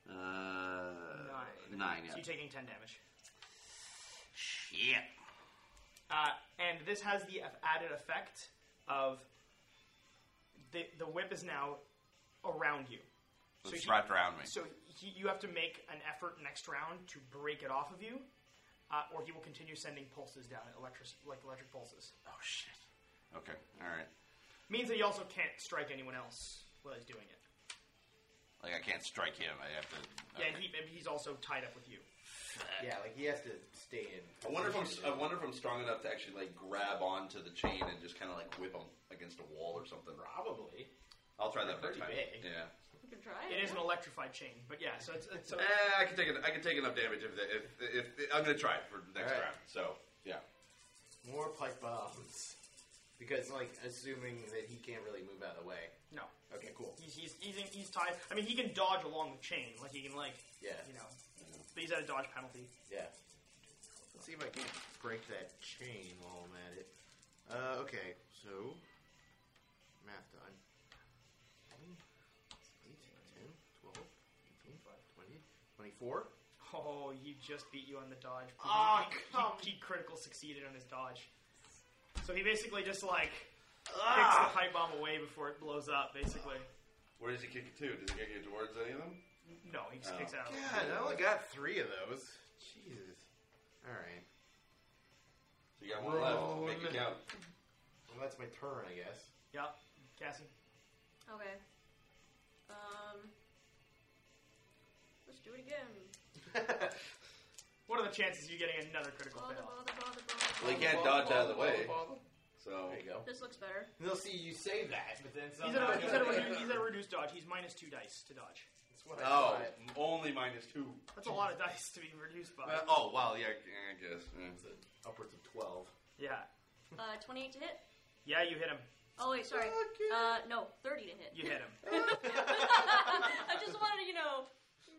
Speaker 12: Uh,
Speaker 5: Nine.
Speaker 12: nine, yeah.
Speaker 5: So you're taking ten damage.
Speaker 12: Shit.
Speaker 5: Uh, and this has the eff- added effect of the the whip is now around you.
Speaker 12: So it's wrapped around me.
Speaker 5: So he, you have to make an effort next round to break it off of you, uh, or he will continue sending pulses down, electric like electric pulses.
Speaker 12: Oh shit! Okay, alright.
Speaker 5: Means that you also can't strike anyone else while he's doing it.
Speaker 12: Like, I can't strike him. I have to.
Speaker 5: Yeah, and he, and he's also tied up with you.
Speaker 6: Yeah, like he has to stay in.
Speaker 12: I wonder if I'm-
Speaker 6: position.
Speaker 12: I
Speaker 3: I wonder if I'm strong enough to actually like grab onto the chain and just kind of like whip him against a wall or something.
Speaker 6: Probably.
Speaker 3: I'll try that
Speaker 5: They're
Speaker 3: next time.
Speaker 5: pretty big.
Speaker 3: Yeah.
Speaker 4: You can try
Speaker 5: It is an electrified chain, but yeah. So it's, it's so
Speaker 3: Eh, I can take it. I can take enough damage if, the, if, if, I'm gonna try it for next round.
Speaker 6: Alright.
Speaker 3: So yeah.
Speaker 6: More pipe bombs. Because, like, assuming that he can't really move out of the way.
Speaker 5: no.
Speaker 6: Okay, cool.
Speaker 5: He's he's he's, in, he's tied. I mean, he can dodge along the chain, like he can like
Speaker 6: Yeah.
Speaker 5: you know, but he's at a dodge penalty.
Speaker 6: Yeah. Let's see if I can break that chain while I'm at it. Uh, okay, so. Math done. 8, 10, 12, 18, 20, 24.
Speaker 5: Oh, he just beat you on the dodge.
Speaker 6: Ah,
Speaker 5: he, he-
Speaker 6: come-
Speaker 5: he critical succeeded on his dodge. So he basically just like
Speaker 3: Ah.
Speaker 5: kicks the pipe bomb away before it blows up. Basically,
Speaker 3: Where does he kick it to? Does he kick it towards any of them?
Speaker 5: no, he just kicks it out. of the
Speaker 6: God,
Speaker 5: way.
Speaker 6: I only got three of those. Jesus. Alright.
Speaker 3: So you got one left. Make
Speaker 6: One.
Speaker 3: it count.
Speaker 6: Well, that's my turn, I guess.
Speaker 5: Yep, Cassie.
Speaker 4: Okay. Um. Let's do it again.
Speaker 5: What are the chances you getting another critical
Speaker 4: Bother,
Speaker 5: fail?
Speaker 4: bother, bother, bother.
Speaker 3: Well, he can't dodge out of the way. So
Speaker 6: There you go.
Speaker 4: This looks better.
Speaker 6: They'll see you say that, but then
Speaker 5: He's at, a,
Speaker 6: somehow.
Speaker 5: he's, at a, redu- he's at a reduced dodge. He's minus two dice to dodge.
Speaker 6: That's what I
Speaker 3: oh,
Speaker 6: thought.
Speaker 3: only minus two.
Speaker 5: That's a lot of dice to be reduced by.
Speaker 3: Uh, oh wow, yeah, I guess. yeah.
Speaker 6: It's a- upwards of 12.
Speaker 5: yeah,
Speaker 4: Uh, 28 to hit.
Speaker 5: yeah, you hit him.
Speaker 4: Oh wait, sorry. Uh, no, 30 to hit.
Speaker 5: You hit him.
Speaker 4: I just wanted to, you know,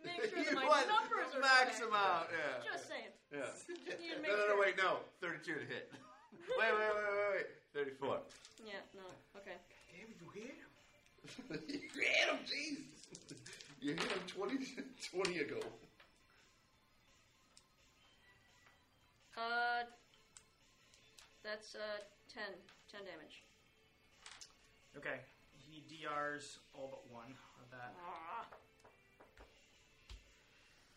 Speaker 4: make sure that
Speaker 6: You
Speaker 4: my
Speaker 6: want
Speaker 4: numbers are correct.
Speaker 6: max them out, yeah.
Speaker 4: Just saying.
Speaker 3: Yeah.
Speaker 4: Just need to make
Speaker 6: No, no,
Speaker 4: sure.
Speaker 6: no, wait, no. 32 to hit. wait, wait, wait, wait, wait. 34.
Speaker 4: Yeah, no. Okay.
Speaker 6: Damn, you hit him.
Speaker 3: you hit him, Jesus. You hit him 20, 20 ago.
Speaker 4: Uh, that's uh 10, 10 damage.
Speaker 5: Okay, he DRs all but one of that.
Speaker 4: Ah.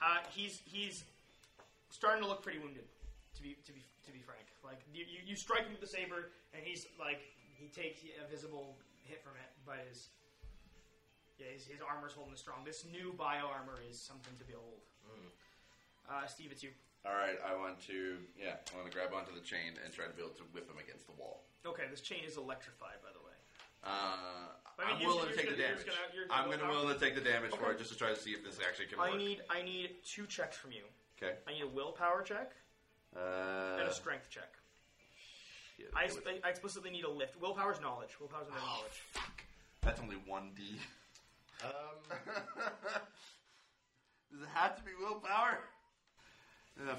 Speaker 5: Uh, he's he's starting to look pretty wounded. To be to be to be frank, like you, you, you strike him with the saber, and he's like he takes a visible hit from it, but his yeah his, his armor's holding it strong. This new bio armor is something to behold. Uh, Steve, it's you.
Speaker 3: All right, I want to yeah, I want to grab onto the chain and try to be able to whip him against the wall.
Speaker 5: Okay, this chain is electrified, by the way.
Speaker 3: Uh,
Speaker 5: But I mean,
Speaker 3: I'm
Speaker 5: you're-
Speaker 3: willing to
Speaker 5: you're
Speaker 3: take the
Speaker 5: gonna- you're
Speaker 3: damage.
Speaker 5: gonna- you're
Speaker 3: I'm
Speaker 5: gonna
Speaker 3: going to
Speaker 5: go
Speaker 3: willing to
Speaker 5: after-
Speaker 3: take the damage for
Speaker 5: Okay.
Speaker 3: it just to try to see if this actually can
Speaker 5: I
Speaker 3: work.
Speaker 5: need I need two checks from you.
Speaker 3: okay.
Speaker 5: I need a willpower check and
Speaker 3: Uh,
Speaker 5: a strength check.
Speaker 3: shit.
Speaker 5: I, ex- I explicitly need a lift. Willpower's knowledge. Willpower's another
Speaker 3: Oh,
Speaker 5: knowledge.
Speaker 3: fuck. That's only one D.
Speaker 6: Um,
Speaker 3: Does it have to be willpower? Uh,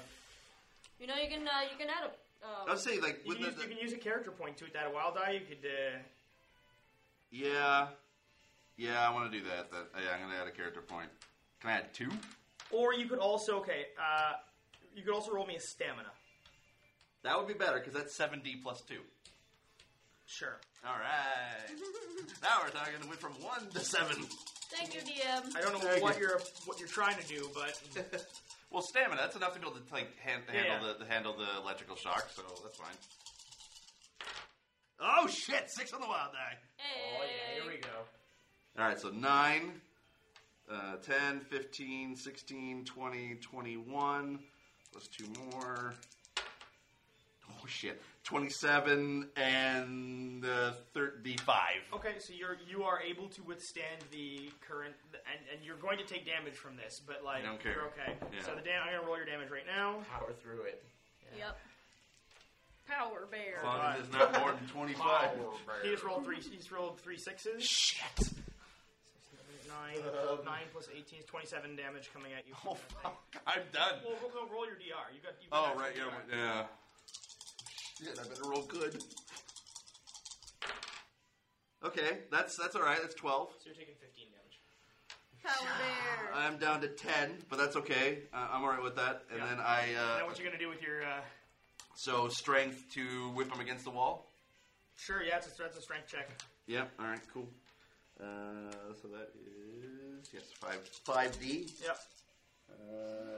Speaker 4: You know, you can uh, you can add a.
Speaker 3: I
Speaker 4: Uh,
Speaker 3: was saying like with
Speaker 5: You can,
Speaker 3: the,
Speaker 5: use, you can use a character point to it. That a wild die. You could. Uh,
Speaker 3: yeah, yeah, I want to do that. That yeah, I'm going to add a character point. Can I add two?
Speaker 5: Or you could also okay. Uh, you could also roll me a stamina.
Speaker 3: That would be better because that's seven D plus two.
Speaker 5: Sure.
Speaker 3: All right. now we're talking. We went from one to seven.
Speaker 4: thank you, DM.
Speaker 5: I don't know
Speaker 6: Very
Speaker 5: what
Speaker 6: good.
Speaker 5: you're what you're trying to do, but
Speaker 3: Well, stamina. That's enough to be able to like hand,
Speaker 5: Yeah,
Speaker 3: handle
Speaker 5: yeah.
Speaker 3: the handle the electrical shock. So that's fine. Oh shit! Six on the wild die.
Speaker 4: Hey.
Speaker 6: oh, yeah, here we go.
Speaker 3: All right, so nine. Uh, 10, 15, 16, 20, 21, plus two more. Oh shit. 27 and uh, 35.
Speaker 5: okay. So you're you are able to withstand the current, and, and you're going to take damage from this, but like
Speaker 3: I don't care.
Speaker 5: you're okay.
Speaker 3: Yeah.
Speaker 5: So the dam- I'm gonna roll your damage right now.
Speaker 6: Power through it.
Speaker 4: Yep. Power bear.
Speaker 3: As long as it's not more than 25.
Speaker 5: He just rolled three. He's rolled three sixes.
Speaker 3: Shit.
Speaker 5: Nine, nine plus eighteen is twenty-seven damage coming at you.
Speaker 3: Oh, fuck. I'm done.
Speaker 5: Well, go, go roll your DR. You got. You got
Speaker 3: Oh, right, yeah. Yeah. Shit, I better roll good. Okay, that's that's all right. That's twelve.
Speaker 5: So you're taking 15 damage.
Speaker 3: I'm down to ten, but that's okay. Uh, I'm all right with that. And then I
Speaker 5: now,
Speaker 3: uh,
Speaker 5: what you're gonna do with your? Uh,
Speaker 3: so strength to whip him against the wall.
Speaker 5: sure, yeah, it's a, that's a strength check.
Speaker 3: Yep. All right. Cool. Uh, so that is yes, five five D.
Speaker 5: Yep.
Speaker 3: Uh,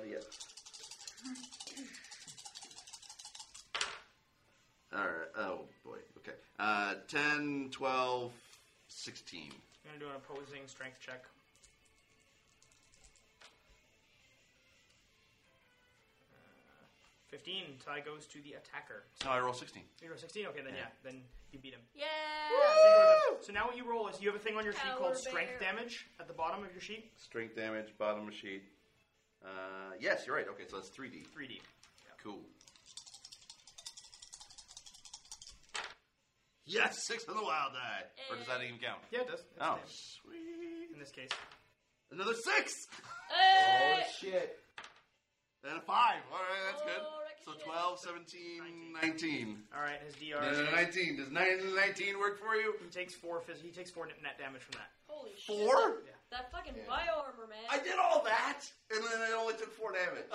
Speaker 3: yes. All right. Oh boy. Okay. Uh, 10, 12, 16.
Speaker 5: You're gonna do an opposing strength check. Uh, Fifteen. Ty goes to the attacker.
Speaker 3: No, I roll 16.
Speaker 5: You roll sixteen. Okay, then yeah.
Speaker 3: Yeah.
Speaker 5: then you beat him.
Speaker 4: Yeah.
Speaker 5: So now what you roll is you have a thing on your sheet
Speaker 4: Power
Speaker 5: called strength
Speaker 4: bear.
Speaker 5: damage at the bottom of your sheet.
Speaker 3: Strength damage, bottom of sheet. Uh, yes, you're right. Okay, so that's 3D.
Speaker 5: 3D.
Speaker 3: Cool. Yes, six on the wild die. Or does that even count?
Speaker 5: Yeah, it does.
Speaker 3: Oh,
Speaker 5: sweet. In this case,
Speaker 3: another six.
Speaker 4: Oh
Speaker 3: shit. And a five. All right, that's good. So 12, 17, 19.
Speaker 5: All right, his DR.
Speaker 3: No, no,
Speaker 5: is-
Speaker 3: 19. Does 9 19 work for you?
Speaker 5: He takes four. Phys- he takes four net damage from that.
Speaker 4: Holy shit.
Speaker 3: Four?
Speaker 4: That- That fucking
Speaker 3: Yeah.
Speaker 4: bio armor, man.
Speaker 3: I did all that, and then I only took four damage.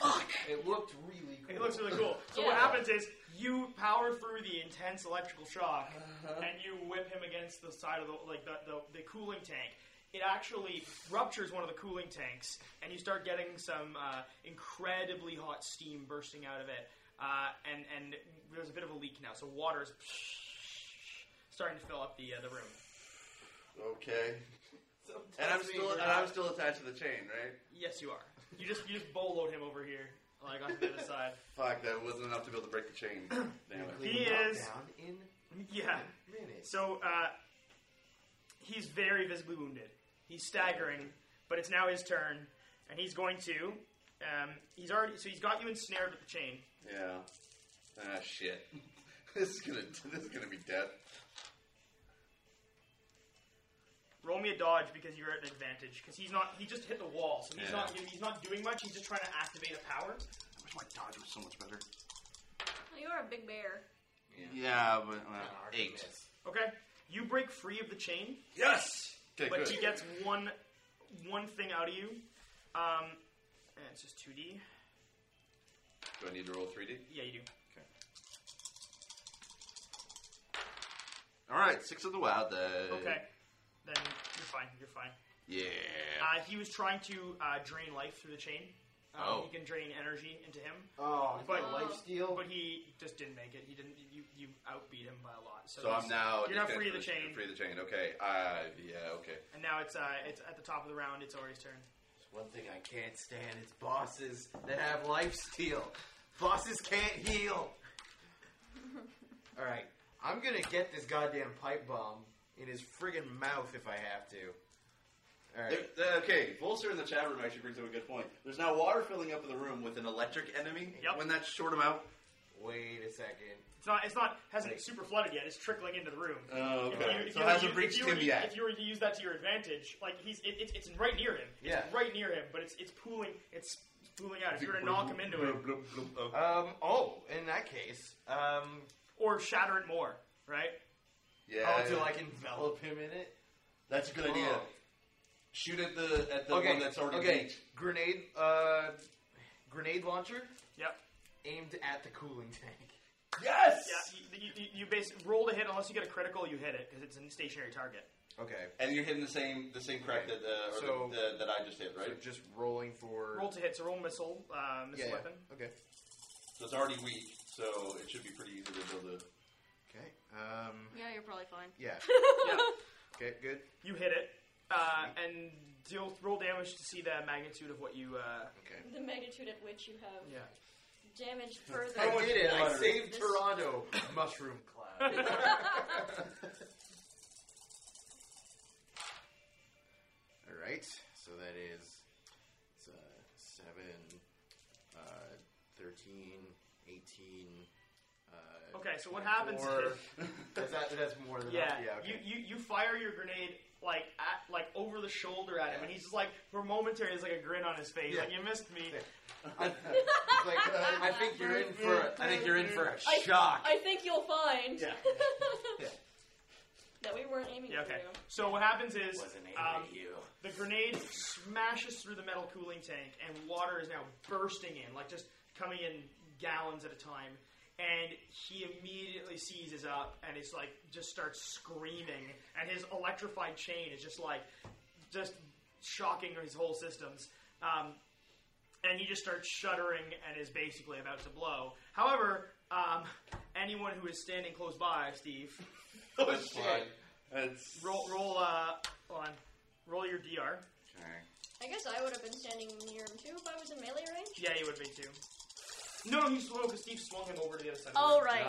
Speaker 3: Fuck.
Speaker 6: It looked really cool.
Speaker 5: It looks really cool. So what
Speaker 6: Yeah.
Speaker 5: happens is you power through the intense electrical shock, and you whip him against the side of the like the, the, the cooling tank. It actually ruptures one of the cooling tanks, and you start getting some uh, incredibly hot steam bursting out of it. Uh, and and there's a bit of a leak now, so water is starting to fill up the uh, the room.
Speaker 3: Okay. And I'm still and I'm still attached to the chain, right?
Speaker 5: Yes, you are. You just you just boloed him over here, like onto the other side.
Speaker 3: Fuck, that wasn't enough to be able to break the chain. Damn it.
Speaker 5: He is Yeah. So uh, he's very visibly wounded. He's staggering, but it's now his turn, and he's going to. Um, he's already so he's got you ensnared with the chain.
Speaker 3: Yeah. Ah, shit. this is gonna this is gonna be death.
Speaker 5: Roll me a dodge because you're at an advantage because he's not. He just hit the wall, so he's
Speaker 3: Yeah.
Speaker 5: not. He's not doing much. He's just trying to activate a power.
Speaker 3: I wish my dodge was so much better.
Speaker 4: You are a big bear.
Speaker 3: Yeah, but uh, eight.
Speaker 5: Okay, you break free of the chain.
Speaker 3: Yes. Okay,
Speaker 5: but
Speaker 3: good.
Speaker 5: he gets one one thing out of you. Um, and it's just two D.
Speaker 3: Do I need to roll three D?
Speaker 5: Yeah, you do.
Speaker 3: All right, six of the wild. Uh,
Speaker 5: Okay, then you're fine. You're fine.
Speaker 3: Yeah.
Speaker 5: Uh, he was trying to uh, drain life through the chain. Um,
Speaker 3: Oh.
Speaker 5: He can drain energy into him.
Speaker 13: Oh, he got life
Speaker 5: steal. Uh, But he just didn't make it. He didn't. You you outbeat him by a lot. So,
Speaker 3: so I'm
Speaker 5: he's-
Speaker 3: now
Speaker 5: You're not
Speaker 3: just
Speaker 5: free of the
Speaker 3: gonna-
Speaker 5: chain.
Speaker 3: Free of the chain. Okay. Uh, yeah. Okay.
Speaker 5: And now it's uh, it's at the top of the round. It's Ori's turn.
Speaker 6: One thing I can't stand is bosses that have lifesteal. Bosses can't heal. All right, I'm gonna get this goddamn pipe bomb in his friggin' mouth if I have to. All right.
Speaker 3: There- uh, okay, Volster in the chat room actually brings up a good point. There's now water filling up in the room with an electric enemy. When that short him out.
Speaker 6: Wait a second.
Speaker 5: It's not. It's not. Hasn't super flooded yet. It's trickling into the room.
Speaker 3: Oh,
Speaker 5: If
Speaker 3: okay.
Speaker 5: you- if
Speaker 3: So it
Speaker 5: you were to
Speaker 3: hasn't
Speaker 5: use-
Speaker 3: reached
Speaker 5: if you were
Speaker 3: him
Speaker 5: to-
Speaker 3: yet.
Speaker 5: If you were to use that to your advantage, like he's, it, it's it's right near him. It's
Speaker 6: Yeah.
Speaker 5: right near him, but it's it's pooling. It's pooling out. If you were to knock him into it,
Speaker 6: Um. Oh, in that case, um,
Speaker 5: or shatter it more, right?
Speaker 3: Yeah.
Speaker 6: Oh, to like envelop him in it.
Speaker 3: That's a good idea. Shoot at the at the
Speaker 6: okay.
Speaker 3: one that's already
Speaker 6: okay.
Speaker 3: baked.
Speaker 6: Grenade. Uh, grenade launcher.
Speaker 5: Yep.
Speaker 6: Aimed at the cooling tank.
Speaker 5: Yes. Yeah. You, you, you basically roll to hit unless you get a critical. You hit it because it's a stationary target.
Speaker 6: Okay.
Speaker 3: And you're hitting the same the same crack that uh, or
Speaker 6: So-
Speaker 3: the, the, that I just hit, right?
Speaker 6: So just rolling for.
Speaker 5: Roll to hit. So roll missile, uh, missile
Speaker 3: Yeah, yeah.
Speaker 5: weapon.
Speaker 6: Okay.
Speaker 3: So it's already weak, so it should be pretty easy to build a.
Speaker 6: Okay. Um.
Speaker 4: Yeah, you're probably fine.
Speaker 6: Yeah. Okay. Good.
Speaker 5: You hit it, uh, and deal roll damage to see the magnitude of what you. Uh,
Speaker 6: okay.
Speaker 4: The magnitude at which you have
Speaker 5: Yeah.
Speaker 4: damaged further.
Speaker 6: I did it. I
Speaker 5: water.
Speaker 6: saved
Speaker 4: This-
Speaker 6: Toronto. Mushroom cloud. All right. So that is it's, uh, 7, uh, 13, 18. Uh,
Speaker 5: Okay, so what happens
Speaker 6: 24.
Speaker 5: is-
Speaker 6: that's, that, that's more than
Speaker 5: Yeah,
Speaker 6: enough. Yeah, okay.
Speaker 5: you, you you fire your grenade like at like over the shoulder at him, and he's just like for momentary, there's like a grin on his face, like you missed me.
Speaker 6: It's like, uh, I think you're in for. A, I think you're in for a shock.
Speaker 4: I think you'll find
Speaker 6: Yeah. Yeah.
Speaker 4: that we weren't
Speaker 5: Yeah, okay. So what happens is
Speaker 11: Wasn't aiming
Speaker 5: um,
Speaker 11: at you.
Speaker 5: the grenade smashes through the metal cooling tank, and water is now bursting in, like just coming in gallons at a time. And he immediately seizes up and is like, just starts screaming, and his electrified chain is just like, just shocking his whole systems. Um, and he just starts shuddering and is basically about to blow. However, um, anyone who is standing close by, Steve,
Speaker 14: Oh, shit. That's
Speaker 5: roll roll uh hold on, roll your DR.
Speaker 4: I guess I would have been standing near him too if I was in melee range.
Speaker 5: Yeah, you would be too. No, he swung because oh, Steve swung him over to the other side.
Speaker 4: Oh right.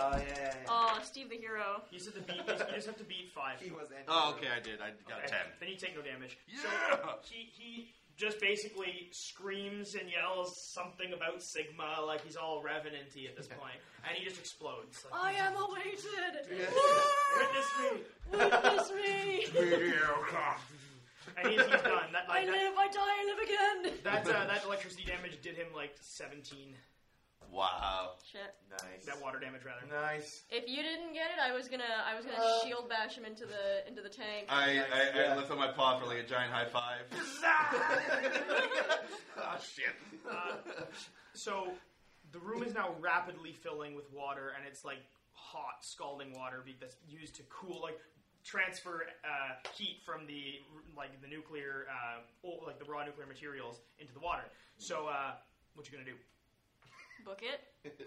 Speaker 4: Oh, Steve the hero.
Speaker 5: You said the beat. You just have to beat five. He was.
Speaker 3: Oh, okay, I did. I got
Speaker 5: Okay,
Speaker 3: ten.
Speaker 5: Then you take no damage. Yeah. he he just basically screams and yells something about Sigma, like he's all revenanty at this point, and he just explodes. Like,
Speaker 4: I am awaited.
Speaker 5: Witness
Speaker 4: me.
Speaker 5: Witness me. and he's, he's done. That,
Speaker 4: I
Speaker 5: like, that,
Speaker 4: live. I die. I live again.
Speaker 5: that, uh, that electricity damage did him like seventeen.
Speaker 3: Wow.
Speaker 4: Shit.
Speaker 3: Nice.
Speaker 5: That water damage, rather.
Speaker 14: Nice.
Speaker 4: If you didn't get it, I was gonna. I was gonna
Speaker 14: Uh.
Speaker 4: shield bash him into the into the tank.
Speaker 5: Uh.
Speaker 3: I, I, I lift up my paw for like a giant high five. Ah,
Speaker 5: Oh shit. so the room is now rapidly filling with water, and it's like hot, scalding water be- that's used to cool, like transfer uh, heat from the like the nuclear, uh, or, like the raw nuclear materials into the water. So uh, what you gonna do?
Speaker 4: Book it.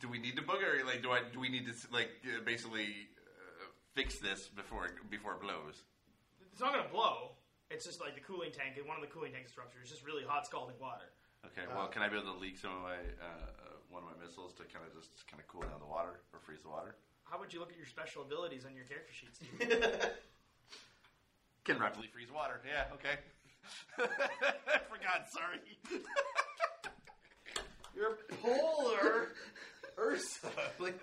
Speaker 3: Do we need to booger? Like, do I? Do we need to like uh, basically uh, fix this before it, before it blows?
Speaker 5: It's not gonna blow. It's just like the cooling tank, and one of the cooling tanks ruptured. It's just really hot, scalding water.
Speaker 3: Okay.
Speaker 14: Uh,
Speaker 3: Well, can I be able to leak some of my uh, uh, one of my missiles to kind of just kind of cool down the water or freeze the water?
Speaker 5: How would you look at your special abilities on your character sheets?
Speaker 3: Can rapidly freeze water. Yeah. Okay. I forgot. Sorry.
Speaker 14: You're polar, Ursa. Like,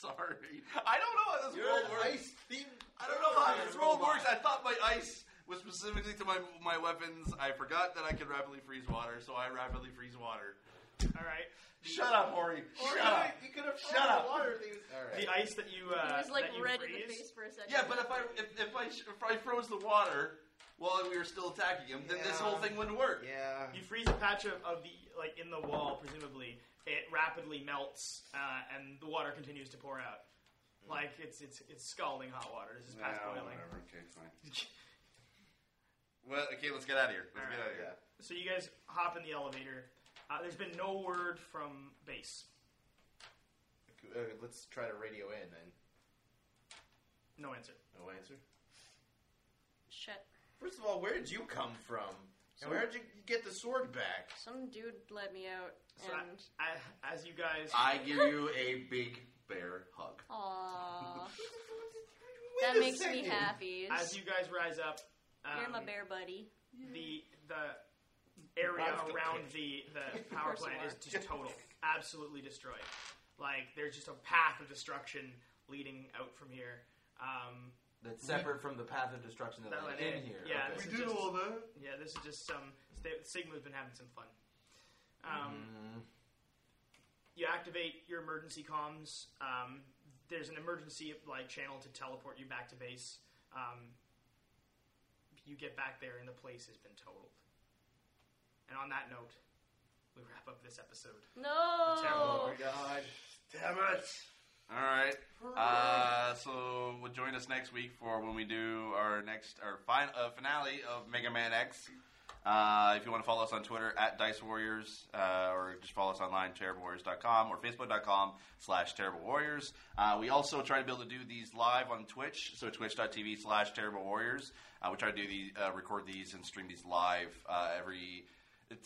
Speaker 3: sorry. I don't know how this
Speaker 14: You're
Speaker 3: world
Speaker 14: an
Speaker 3: works.
Speaker 14: ice
Speaker 3: I don't know how this world
Speaker 14: robot.
Speaker 3: works. I thought my ice was specifically to my my weapons. I forgot that I could rapidly freeze water, so I rapidly freeze water.
Speaker 5: All right.
Speaker 3: Shut up, Ori. Shut up.
Speaker 14: You could have
Speaker 3: Shut up.
Speaker 5: The ice that you uh,
Speaker 4: he was like
Speaker 5: that you
Speaker 4: red in
Speaker 5: freeze, uh,
Speaker 4: the face for a second.
Speaker 3: Yeah, but if I if, if I sh- if I froze the water while we were still attacking him, then this
Speaker 5: Yeah.
Speaker 3: whole thing wouldn't work.
Speaker 14: Yeah.
Speaker 5: You freeze a patch of, of the like in the wall, presumably it rapidly melts, uh, and the water continues to pour out. Like it's it's it's scalding hot water. This is past
Speaker 3: Nah,
Speaker 5: boiling.
Speaker 3: whatever. Okay, fine. Well, okay, let's get out of here. Let's get out of here.
Speaker 5: So you guys hop in the elevator. Uh, there's been no word from base.
Speaker 6: Uh, let's try to radio in then.
Speaker 5: No answer.
Speaker 6: No answer.
Speaker 4: Shit.
Speaker 6: First of all, where did you come from? And where did you get the sword back?
Speaker 4: Some dude let me out,
Speaker 6: So I-
Speaker 4: and
Speaker 5: I, as you guys,
Speaker 3: I give you a big bear hug.
Speaker 4: Aw.
Speaker 5: Wait
Speaker 4: that
Speaker 5: a
Speaker 4: makes me
Speaker 5: second.
Speaker 4: happy.
Speaker 5: As you guys rise up, um,
Speaker 4: You're my bear buddy.
Speaker 5: the the area
Speaker 4: Mine's still
Speaker 5: around
Speaker 4: kicked.
Speaker 5: the the power
Speaker 4: Of course
Speaker 5: plant
Speaker 4: you
Speaker 5: is
Speaker 4: are.
Speaker 5: just total, absolutely destroyed. Like there's just a path of destruction leading out from here. Um,
Speaker 11: That's separate from the path of destruction that,
Speaker 5: that
Speaker 11: led in
Speaker 5: led
Speaker 11: here.
Speaker 5: Yeah,
Speaker 11: okay.
Speaker 5: this is just- Yeah, this is just some Sta- Sigma's been having some fun. Um,
Speaker 11: Mm-hmm.
Speaker 5: You activate your emergency comms. Um, there's an emergency like channel to teleport you back to base. Um, you get back there, and the place has been totaled. And on that note, we wrap up this episode.
Speaker 4: No.
Speaker 14: God.
Speaker 3: Damn it! Oh All right. Uh, so we'll join us next week for when we do our next our fin- uh, finale of Mega Man X. Uh, if you want to follow us on Twitter at Dice Warriors, uh, or just follow us online terriblewarriors.com or facebook.com slash terrible warriors. Uh, we also try to be able to do these live on Twitch, so twitch.tv slash terrible warriors. Uh, we try to do the uh, record these and stream these live uh, every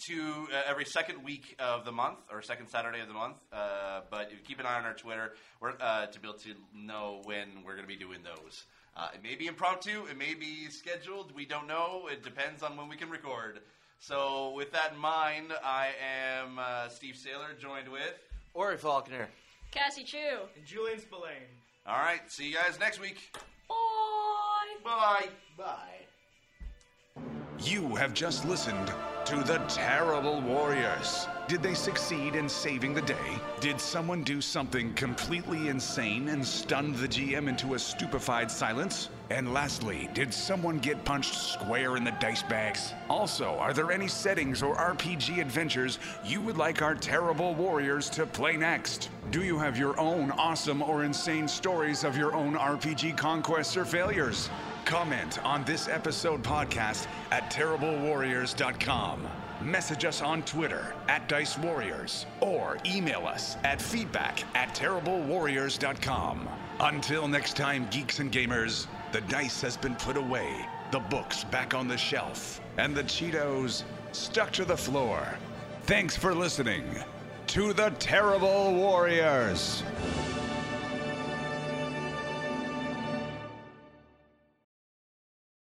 Speaker 3: to uh, every second week of the month or second Saturday of the month. Uh, but if you keep an eye on our Twitter we're, uh, to be able to know when we're going to be doing those. Uh, it may be impromptu, it may be scheduled. We don't know. It depends on when we can record. So, with that in mind, I am uh, Steve Saylor, joined with.
Speaker 11: Ori Faulkner.
Speaker 4: Cassie Chew.
Speaker 5: And Julian Spillane.
Speaker 3: All right, see you guys next week.
Speaker 4: Bye.
Speaker 3: Bye.
Speaker 6: Bye.
Speaker 1: You have just listened to the Terrible Warriors. Did they succeed in saving the day? Did someone do something completely insane and stunned the GM into a stupefied silence? And lastly, did someone get punched square in the dice bags? Also, are there any settings or RPG adventures you would like our terrible warriors to play next? Do you have your own awesome or insane stories of your own RPG conquests or failures? Comment on this episode podcast at terriblewarriors.com. Message us on Twitter at Dice Warriors or email us at feedback at terriblewarriors.com. Until next time, geeks and gamers, the dice has been put away, the books back on the shelf, and the Cheetos stuck to the floor. Thanks for listening to the Terrible Warriors.